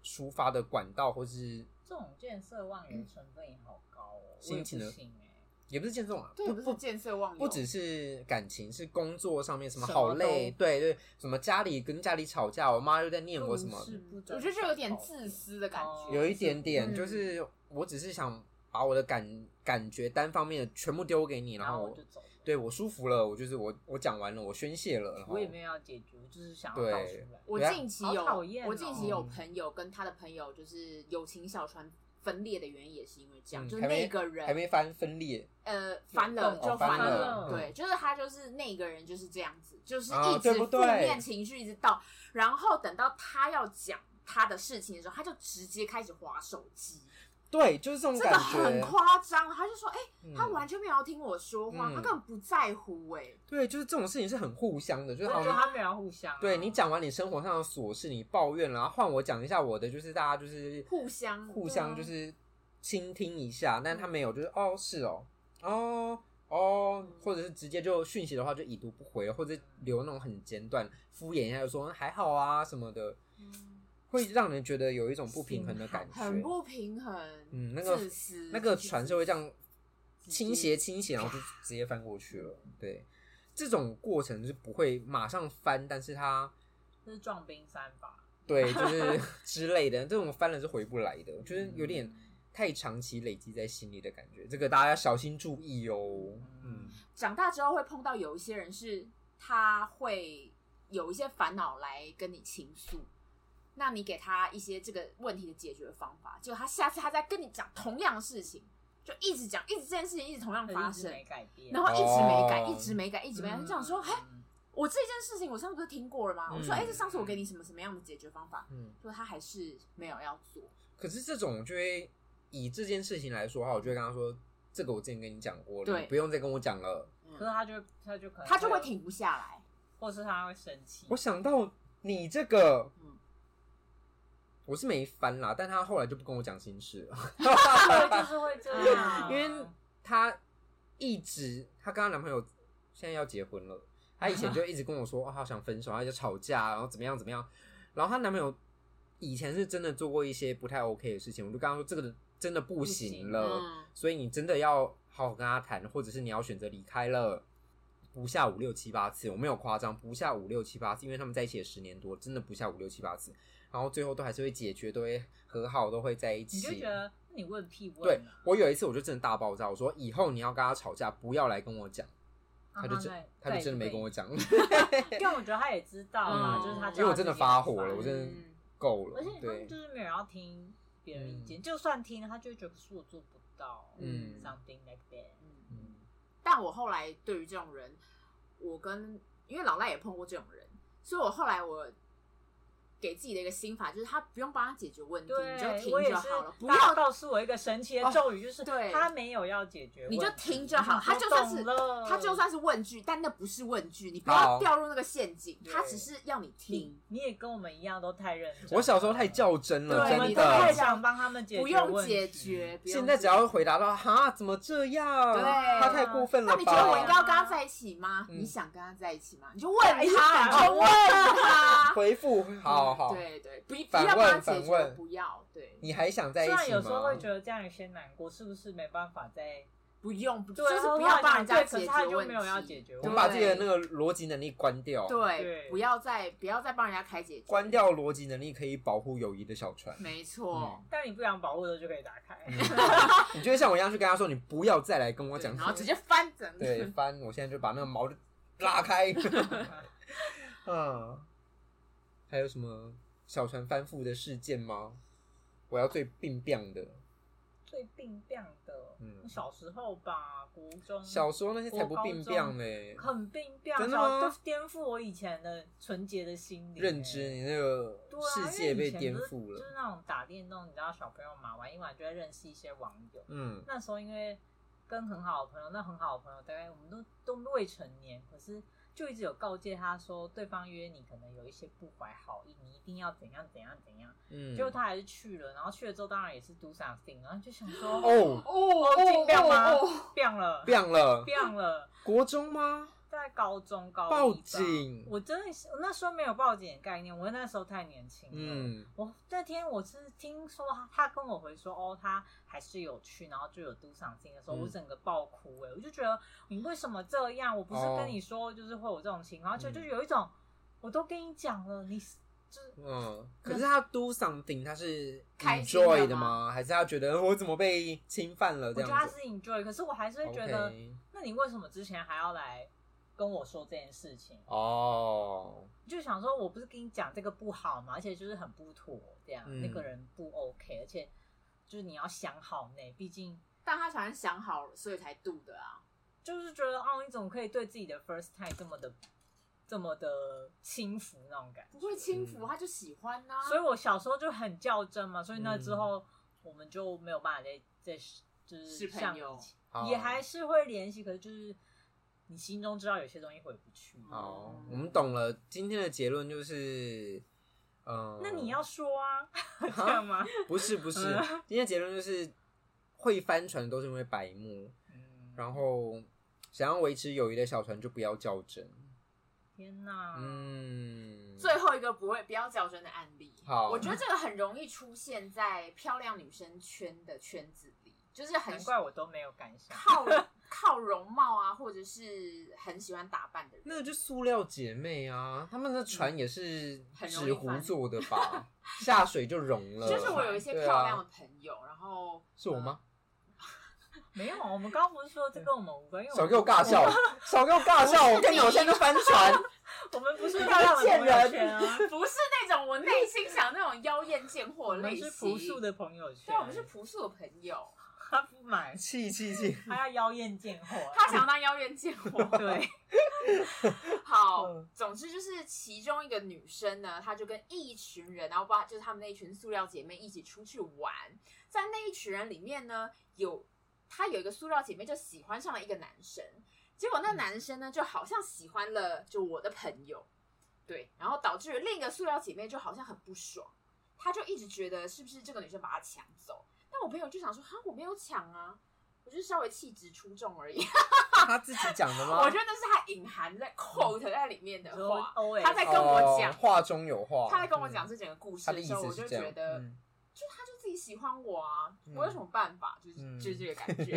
[SPEAKER 1] 抒发的管道，或是
[SPEAKER 2] 这种见色忘友成分也好高哦，
[SPEAKER 1] 嗯心情的
[SPEAKER 2] 我也不行哎。
[SPEAKER 1] 也不是见这种啊，
[SPEAKER 3] 对，
[SPEAKER 1] 不
[SPEAKER 3] 不
[SPEAKER 1] 不
[SPEAKER 3] 是见色忘友，
[SPEAKER 1] 不只是感情，是工作上面什么
[SPEAKER 2] 什么
[SPEAKER 1] 好累，
[SPEAKER 2] 都
[SPEAKER 1] 对对，什么家里跟家里吵架，我妈又在念我什么，
[SPEAKER 3] 嗯我觉得这有点自私的感
[SPEAKER 2] 哦
[SPEAKER 3] 觉。
[SPEAKER 1] 有一点点，
[SPEAKER 3] 嗯
[SPEAKER 1] 就是我只是想把我的感感觉单方面的全部丢给你，
[SPEAKER 2] 然
[SPEAKER 1] 然后
[SPEAKER 2] 后
[SPEAKER 1] 我
[SPEAKER 2] 我就走了。
[SPEAKER 1] 对我舒服了，我就是我我讲完了，我宣泄了，然后
[SPEAKER 2] 我也没有要解决，我就是想要
[SPEAKER 1] 对
[SPEAKER 2] 倒出来。
[SPEAKER 3] 我
[SPEAKER 1] 对啊
[SPEAKER 3] 近期
[SPEAKER 2] 好
[SPEAKER 3] 有，
[SPEAKER 2] 讨厌哦
[SPEAKER 3] 我近期有朋友跟他的朋友就是友情小船分裂的原因也是因为这样，
[SPEAKER 1] 嗯
[SPEAKER 3] 就是
[SPEAKER 1] 还没
[SPEAKER 3] 那个人
[SPEAKER 1] 还没翻分裂，
[SPEAKER 3] 呃翻了
[SPEAKER 2] 有
[SPEAKER 1] 动
[SPEAKER 3] 就
[SPEAKER 1] 哦翻
[SPEAKER 3] 了，
[SPEAKER 2] 了
[SPEAKER 3] 对，就是他就是那个人就是这样子，就是
[SPEAKER 1] 啊
[SPEAKER 3] 一直
[SPEAKER 1] 对不
[SPEAKER 3] 负
[SPEAKER 1] 对
[SPEAKER 3] 面情绪一直到，然后等到他要讲他的事情的时候，他就直接开始划手机，
[SPEAKER 1] 对，就是这种
[SPEAKER 3] 这
[SPEAKER 1] 感
[SPEAKER 3] 个很
[SPEAKER 1] 觉，
[SPEAKER 3] 夸张，他就说哎、
[SPEAKER 1] 嗯
[SPEAKER 3] 他完全没有要听我说话，
[SPEAKER 1] 嗯
[SPEAKER 3] 他根本不在乎哎、
[SPEAKER 1] 对，就是这种事情是很互相的，就
[SPEAKER 2] 我
[SPEAKER 1] 是好
[SPEAKER 2] 觉得
[SPEAKER 1] 像。
[SPEAKER 2] 他们要互相啊。
[SPEAKER 1] 对你讲完你生活上的琐事，你抱怨了，然后换我讲一下我的，就是大家就是
[SPEAKER 3] 互相嗯
[SPEAKER 1] 互相
[SPEAKER 3] 对啊
[SPEAKER 1] 就是倾听一下，但他没有，就是哦是哦，哦
[SPEAKER 3] 嗯
[SPEAKER 1] 哦，或者是直接就讯息的话就已读不回，或者留那种很简短敷衍一下，就说还好啊什么的，会让人觉得有一种不平衡的感觉。
[SPEAKER 3] 很不平衡，
[SPEAKER 1] 嗯那个
[SPEAKER 3] 自私，
[SPEAKER 1] 那个船是会这样
[SPEAKER 3] 直接
[SPEAKER 1] 倾斜倾斜，然后就直接翻过去了。对，这种过程是不会马上翻，但是它
[SPEAKER 2] 这是壮丁三法。
[SPEAKER 1] 对 就是之类的，这种翻了是回不来的，就是有点。
[SPEAKER 3] 嗯
[SPEAKER 1] 太长期累积在心里的感觉，这个大家要小心注意哦。嗯
[SPEAKER 2] 嗯，
[SPEAKER 3] 长大之后会碰到有一些人是他会有一些烦恼来跟你倾诉，那你给他一些这个问题的解决方法，结果他下次他再跟你讲同样的事情，就一直讲，一直这件事情一直同样
[SPEAKER 2] 可是
[SPEAKER 3] 发
[SPEAKER 2] 一直
[SPEAKER 3] 生，
[SPEAKER 2] 没改变，
[SPEAKER 3] 然后一直没改，
[SPEAKER 1] 哦
[SPEAKER 3] 一直没改，一直没改，他就想说，哎，
[SPEAKER 2] 嗯
[SPEAKER 3] 我这件事情我上次不是听过了吗？
[SPEAKER 1] 嗯
[SPEAKER 3] 我说，哎，这上次我给你什么什么样的解决方法？
[SPEAKER 1] 嗯，
[SPEAKER 3] 就他还是没有要做，
[SPEAKER 1] 可是这种就会以这件事情来说的话，我就会跟他说，这个我之前跟你讲过了，
[SPEAKER 3] 对
[SPEAKER 1] 你不用再跟我讲了。
[SPEAKER 2] 可是他就他就可能
[SPEAKER 3] 他就会，停不下来。
[SPEAKER 2] 或是他会生气
[SPEAKER 1] 我。想到你这个，
[SPEAKER 3] 嗯
[SPEAKER 1] 我是没翻啦，但他后来就不跟我讲心事了。
[SPEAKER 2] 对，就是会这样，
[SPEAKER 1] 啊 因为她一直，她跟她男朋友现在要结婚了，她以前就一直跟我说，哦， 好想分手，然后就吵架，然后怎么样怎么样，然后她男朋友以前是真的做过一些不太 OK 的事情，我就跟她说，这个真的不行了，
[SPEAKER 2] 呃
[SPEAKER 3] 嗯
[SPEAKER 1] 所以你真的要好好跟他谈，或者是你要选择离开了。不下五六七八次，我没有夸张，不下五六七八次，因为他们在一起也十年多，真的不下五六七八次，然后最后都还是会解决，都会和好，都会在一起。
[SPEAKER 2] 你就觉得那你问屁
[SPEAKER 1] 对
[SPEAKER 2] 问啊，
[SPEAKER 1] 我有一次我就真的大爆炸，我说以后你要跟他吵架，不要来跟我讲，他就真
[SPEAKER 2] 啊
[SPEAKER 1] 他就真的没跟，我 讲，
[SPEAKER 2] 对对因为我觉得他也知道嘛，
[SPEAKER 3] 嗯
[SPEAKER 2] 啊就是他知道
[SPEAKER 1] 因为我真的发火
[SPEAKER 2] 自己
[SPEAKER 1] 了，我
[SPEAKER 2] 很烦
[SPEAKER 1] 真的
[SPEAKER 3] 嗯
[SPEAKER 1] 够了
[SPEAKER 2] 而且，他们
[SPEAKER 1] 对
[SPEAKER 2] 就，是没有要听别人意见，就算听了，他就会觉得可是我做不到，
[SPEAKER 1] 嗯
[SPEAKER 2] ，something like that。
[SPEAKER 3] 嗯，
[SPEAKER 1] 嗯
[SPEAKER 3] 但我后来对于这种人，我跟因为老赖也碰过这种人，所以我后来我给自己的一个心法就是，他不用帮他解决问题，你就
[SPEAKER 2] 对，我
[SPEAKER 3] 听
[SPEAKER 2] 也
[SPEAKER 3] 就是好了，，不
[SPEAKER 2] 大家
[SPEAKER 3] 要哦
[SPEAKER 2] 告诉我一个神奇的咒语，就是
[SPEAKER 3] 对
[SPEAKER 2] 他没有要解决问题，
[SPEAKER 3] 你就听就好他就算是
[SPEAKER 2] 我懂了
[SPEAKER 3] 他就算是问句，但那不是问句，你不
[SPEAKER 1] 好
[SPEAKER 3] 要掉入那个陷阱，
[SPEAKER 2] 对
[SPEAKER 3] 他只是要你听
[SPEAKER 2] 你。你也跟我们一样都太认真了，
[SPEAKER 1] 我小时候太较真了，
[SPEAKER 3] 对
[SPEAKER 2] 我
[SPEAKER 1] 真
[SPEAKER 2] 们
[SPEAKER 3] 你
[SPEAKER 2] 都
[SPEAKER 3] 都太
[SPEAKER 2] 太
[SPEAKER 1] 的。
[SPEAKER 2] 想帮他们解决
[SPEAKER 3] 不用
[SPEAKER 2] 问题
[SPEAKER 3] 解决，不用
[SPEAKER 1] 现在
[SPEAKER 3] 解
[SPEAKER 1] 只要回答到哈怎么这样，
[SPEAKER 3] 对啊
[SPEAKER 1] 他太过分
[SPEAKER 3] 那
[SPEAKER 1] 了
[SPEAKER 3] 你觉得我应该
[SPEAKER 1] 吧？
[SPEAKER 3] 要跟他在一起吗？
[SPEAKER 1] 嗯
[SPEAKER 3] 你想跟他在一起吗？你就问他，
[SPEAKER 2] 哎
[SPEAKER 3] 你
[SPEAKER 2] 呀
[SPEAKER 3] 就问他。
[SPEAKER 1] 回复
[SPEAKER 2] 嗯
[SPEAKER 1] 好好，
[SPEAKER 3] 对对，不不
[SPEAKER 1] 反
[SPEAKER 3] 要帮他
[SPEAKER 1] 问
[SPEAKER 3] 解
[SPEAKER 1] 反
[SPEAKER 3] 决，
[SPEAKER 1] 问
[SPEAKER 3] 不要对，
[SPEAKER 1] 你还想在
[SPEAKER 2] 虽
[SPEAKER 1] 一
[SPEAKER 2] 然
[SPEAKER 1] 起吗
[SPEAKER 2] 有时候会？觉得这样有些难过，是不是没办法再
[SPEAKER 3] 不用，不
[SPEAKER 2] 对
[SPEAKER 3] 就是
[SPEAKER 2] 我
[SPEAKER 3] 不
[SPEAKER 2] 后来
[SPEAKER 3] 要帮
[SPEAKER 2] 想
[SPEAKER 3] 人家
[SPEAKER 2] 对可
[SPEAKER 3] 解
[SPEAKER 2] 是
[SPEAKER 3] 决
[SPEAKER 2] 他
[SPEAKER 3] 问题。
[SPEAKER 2] 就没有要解决
[SPEAKER 1] 我
[SPEAKER 2] 问题
[SPEAKER 1] 们把自己的那
[SPEAKER 3] 个
[SPEAKER 1] 个逻辑能力关掉，
[SPEAKER 3] 对
[SPEAKER 2] 对，
[SPEAKER 3] 不要再不要再帮人家开解决。
[SPEAKER 1] 关掉逻辑能力可以保护友谊的小船。
[SPEAKER 3] 没错。
[SPEAKER 1] 嗯
[SPEAKER 2] 但你不想保护的就可以打开。
[SPEAKER 1] 你就会像我一样去跟他说，你不要再来跟我讲
[SPEAKER 3] 然，后直接翻整个。
[SPEAKER 1] 对，翻，我现在就把那个毛就拉开。 嗯，还有什么小船翻覆的事件吗？我要最病病的，
[SPEAKER 2] 最病病的，
[SPEAKER 1] 嗯
[SPEAKER 2] 小时候吧，国中
[SPEAKER 1] 小时候那些才不病病嘞、
[SPEAKER 2] 很病病，
[SPEAKER 1] 真的
[SPEAKER 2] 小
[SPEAKER 1] 吗
[SPEAKER 2] 就颠覆我以前的纯洁的心灵、
[SPEAKER 1] 认知，
[SPEAKER 2] 欸啊
[SPEAKER 1] 你那个
[SPEAKER 2] 对啊，
[SPEAKER 1] 世界
[SPEAKER 2] 因为
[SPEAKER 1] 被
[SPEAKER 2] 以前
[SPEAKER 1] 颠
[SPEAKER 2] 不是
[SPEAKER 1] 覆了
[SPEAKER 2] 就是。那种打电动，你知道小朋友嘛，玩一玩就会认识一些网友。
[SPEAKER 1] 嗯，
[SPEAKER 2] 那时候因为跟很好的朋友，那很好的朋友大概我们都都未成年，可是就一直有告诫他说，对方约你可能有一些不怀好意，你一定要怎样怎样怎样。
[SPEAKER 1] 嗯，
[SPEAKER 2] 结果他还是去了，然后去了之后当然也是 do something，然后就想说
[SPEAKER 1] 哦，
[SPEAKER 3] 哦
[SPEAKER 2] 进掉吗
[SPEAKER 3] 哦哦
[SPEAKER 2] 变了
[SPEAKER 1] 病了，
[SPEAKER 2] 变了。
[SPEAKER 1] 国中吗？
[SPEAKER 2] 在高中高一吧
[SPEAKER 1] 报警
[SPEAKER 2] 我真的是我那时候没有报警的概念，我那时候太年轻了。
[SPEAKER 1] 嗯，
[SPEAKER 2] 我那天我是听说他他跟我回说，哦，他还是有去，然后就有赌赏金的时候，
[SPEAKER 1] 嗯
[SPEAKER 2] 我整个爆哭哎、我就觉得你为什么这样？我不是跟你说就是会有这种情况，而且
[SPEAKER 1] 哦嗯
[SPEAKER 2] 就有一种我都跟你讲了，你就是
[SPEAKER 1] 嗯，可是他 do something，他是
[SPEAKER 3] 开心的
[SPEAKER 1] enjoy 的吗？还是他觉得呃我怎么被侵犯了
[SPEAKER 2] 我
[SPEAKER 1] 这
[SPEAKER 2] 觉得他
[SPEAKER 1] 样子
[SPEAKER 2] 是 enjoy，可是我还是会觉得
[SPEAKER 1] OK
[SPEAKER 2] 那你为什么之前还要来跟我说这件事情？
[SPEAKER 1] 哦，
[SPEAKER 2] 就想说，我不是跟你讲这个不好嘛，而且就是很不妥，这样、
[SPEAKER 1] 嗯
[SPEAKER 2] 那个人不 OK，而且就是你要想好呢，毕竟
[SPEAKER 3] 但他想想好了，所以才度的啊。
[SPEAKER 2] 就是觉得哦，你怎么可以对自己的 first time 这么的这么的轻浮那种感
[SPEAKER 3] 不会轻浮，
[SPEAKER 1] 嗯
[SPEAKER 3] 他就喜欢啊呐、
[SPEAKER 2] 觉？所以我小时候就很较真嘛，所以那之
[SPEAKER 1] 嗯
[SPEAKER 2] 后我们就没有办法再再就是
[SPEAKER 3] 是朋
[SPEAKER 2] 像以
[SPEAKER 3] 友
[SPEAKER 2] 前
[SPEAKER 1] 好
[SPEAKER 2] 也还是会联系，可是就是你心中知道有些东西回不去。
[SPEAKER 1] 好，
[SPEAKER 3] 嗯
[SPEAKER 1] 我们懂了。今天的结论就是，嗯，
[SPEAKER 2] 那你要呃说啊， 这样吗？
[SPEAKER 1] 不是不是，今天结论就是会翻船都是因为白目，
[SPEAKER 2] 嗯，
[SPEAKER 1] 然后想要维持友谊的小船就不要较真。
[SPEAKER 2] 天哪，
[SPEAKER 1] 嗯，
[SPEAKER 3] 最后一个不会不要较真的案例，
[SPEAKER 1] 好
[SPEAKER 3] 我觉得这个很容易出现在漂亮女生圈的圈子里，就是很
[SPEAKER 2] 难怪我都没有感想。
[SPEAKER 3] 靠 靠容貌啊，或者是很喜欢打扮的人。
[SPEAKER 1] 那就塑料姐妹啊，她们的船也是
[SPEAKER 3] 嗯很容易
[SPEAKER 1] 纸
[SPEAKER 3] 翻
[SPEAKER 1] 糊做的 吧，下水就融了。
[SPEAKER 3] 就是我有一些漂亮的朋友，然后
[SPEAKER 1] 是我吗？
[SPEAKER 2] 没有，啊我们刚刚不是说这跟我们无关，因
[SPEAKER 3] 嗯
[SPEAKER 2] 为
[SPEAKER 1] 少给我尬笑，少给我尬笑！我跟你讲，我现在就翻船。
[SPEAKER 2] 我们不是漂亮的朋友圈啊，
[SPEAKER 3] 不是那种我内心想那种妖艳贱
[SPEAKER 2] 我
[SPEAKER 3] 货类
[SPEAKER 2] 们
[SPEAKER 3] 型，
[SPEAKER 2] 是朴素，的朋友圈。
[SPEAKER 3] 对，我们是朴素的朋友。
[SPEAKER 2] 他不买，
[SPEAKER 1] 气气气！
[SPEAKER 2] 他要妖艳贱货。
[SPEAKER 3] 他想要当妖艳贱货，
[SPEAKER 2] 对，
[SPEAKER 3] 好
[SPEAKER 1] 嗯，
[SPEAKER 3] 总之就是其中一个女生呢，她就跟一群人，然后把就是她们那一群塑料姐妹一起出去玩，在那一群人里面呢，有她有一个塑料姐妹就喜欢上了一个男生，结果那男生呢就好像喜欢了就我的朋友，对，然后导致另一个塑料姐妹就好像很不爽，她就一直觉得是不是这个女生把她抢走，但我朋友就想说哈我没有抢啊，我就是稍微气质出众而已，
[SPEAKER 1] 他自己讲的吗？
[SPEAKER 3] 我觉得那是他隐含在 quote 在里面的
[SPEAKER 2] 说
[SPEAKER 3] 话。
[SPEAKER 2] O
[SPEAKER 3] 他在跟我讲
[SPEAKER 1] 哦话中有话，嗯
[SPEAKER 3] 他在跟我讲这整个故事
[SPEAKER 1] 他的
[SPEAKER 3] 的
[SPEAKER 1] 意
[SPEAKER 3] 时候，
[SPEAKER 1] 思
[SPEAKER 3] 我
[SPEAKER 1] 是
[SPEAKER 3] 就
[SPEAKER 1] 这样
[SPEAKER 3] 觉得
[SPEAKER 1] 嗯
[SPEAKER 3] 就他就自己喜欢我啊，
[SPEAKER 1] 嗯
[SPEAKER 3] 我有什么办法？就是、
[SPEAKER 1] 嗯
[SPEAKER 3] 就是这个感觉。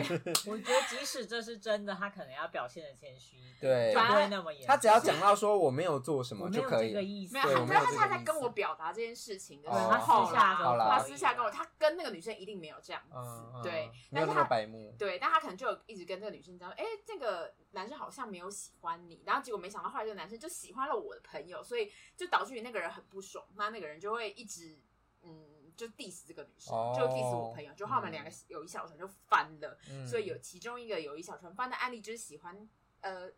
[SPEAKER 2] 我觉得即使这是真的，他可能要表现的谦虚一
[SPEAKER 1] 对
[SPEAKER 2] 点，就不会那么严肃。
[SPEAKER 1] 他只要讲到说我没有做什
[SPEAKER 2] 我
[SPEAKER 1] 么
[SPEAKER 2] 没
[SPEAKER 1] 就
[SPEAKER 2] 有
[SPEAKER 1] 可
[SPEAKER 2] 这
[SPEAKER 1] 以
[SPEAKER 2] 个
[SPEAKER 1] 了，
[SPEAKER 2] 意思，
[SPEAKER 3] 没
[SPEAKER 1] 对
[SPEAKER 3] 有，
[SPEAKER 1] 我
[SPEAKER 3] 他
[SPEAKER 1] 没
[SPEAKER 3] 但
[SPEAKER 1] 有
[SPEAKER 3] 是
[SPEAKER 1] 这
[SPEAKER 3] 他
[SPEAKER 1] 个
[SPEAKER 3] 在
[SPEAKER 1] 意
[SPEAKER 3] 跟我
[SPEAKER 1] 思
[SPEAKER 3] 表达这件事情的时
[SPEAKER 1] 哦
[SPEAKER 3] 候，
[SPEAKER 1] 他
[SPEAKER 2] 私下
[SPEAKER 3] 啦
[SPEAKER 2] 跟我
[SPEAKER 3] 他
[SPEAKER 1] 可以
[SPEAKER 3] 私下跟我，他跟那个女生一定没有这样子，
[SPEAKER 1] 嗯嗯
[SPEAKER 3] 对
[SPEAKER 1] 嗯，没
[SPEAKER 3] 但是
[SPEAKER 1] 有那么
[SPEAKER 3] 他
[SPEAKER 1] 白目，
[SPEAKER 3] 对，但他可能就有一直跟这个女生讲，哎、这个男生好像没有喜欢你，然后结果没想到后来这个男生就喜欢了我的朋友，所以就导致于那个人很不爽，那那个人就会一直嗯就 diss 这个女生，
[SPEAKER 1] 哦
[SPEAKER 3] 就 diss 我朋友，就他们两个有一小船就翻了，
[SPEAKER 1] 嗯
[SPEAKER 3] 所以有其中一个有一小船翻的案例就是喜欢呃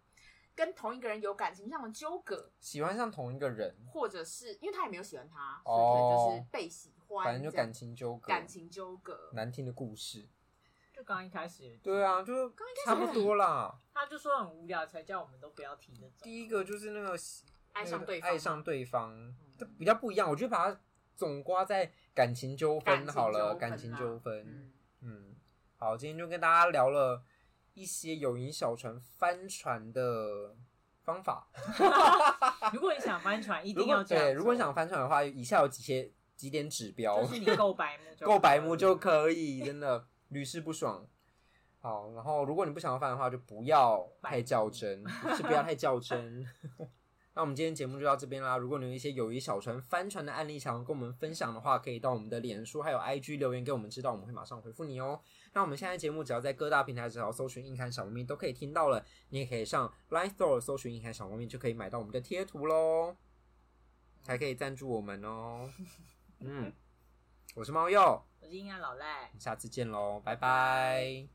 [SPEAKER 3] 跟同一个人有感情上的纠葛，
[SPEAKER 1] 喜欢上同一个人，
[SPEAKER 3] 或者是因为他也没有喜欢他，所以可能就是被喜欢，
[SPEAKER 1] 哦反正就
[SPEAKER 3] 这样
[SPEAKER 1] 感情纠葛，
[SPEAKER 3] 感情纠葛，
[SPEAKER 1] 难听的故事。
[SPEAKER 2] 就刚一开始也
[SPEAKER 1] 对啊，，就差不多啦。
[SPEAKER 2] 他就说很无聊，才叫我们都不要提这种。
[SPEAKER 1] 第一个就是那个
[SPEAKER 3] 爱上对
[SPEAKER 1] 那
[SPEAKER 3] 方吗，
[SPEAKER 1] 个爱上对方，这比较不一样。我觉得把它总刮在感情纠纷好了，感
[SPEAKER 3] 感
[SPEAKER 1] 情
[SPEAKER 3] 情
[SPEAKER 1] 纠
[SPEAKER 3] 纠
[SPEAKER 1] 纷。
[SPEAKER 3] 嗯，
[SPEAKER 1] 嗯，好，今天就跟大家聊了一些友谊小船翻船的方法。
[SPEAKER 2] 如果你想翻船，一
[SPEAKER 1] 如
[SPEAKER 2] 定
[SPEAKER 1] 果
[SPEAKER 2] 要这样
[SPEAKER 1] 对，
[SPEAKER 2] 做。
[SPEAKER 1] 如果你想翻船的话，以下有几些几点指标，
[SPEAKER 2] 就 是嗯你够白目就
[SPEAKER 1] 够白目就可以，真的屡试不爽。好，然后如果你不想要翻的话，就不要太较真，是不要太较真。 那我们今天节目就到这边啦。如果你有一些友谊小船翻船的案例想要跟我们分享的话，可以到我们的脸书还有 IG 留言给我们知道，我们会马上回复你哦。那我们现在节目只要在各大平台只要搜寻“硬汉小猫咪”都可以听到了，你也可以上 Line Store 搜寻“硬汉小猫咪”就可以买到我们的贴图喽，还可以赞助我们哦。嗯，我是猫鼬。
[SPEAKER 2] 我是应该老赖。
[SPEAKER 1] 下次见喽，拜拜。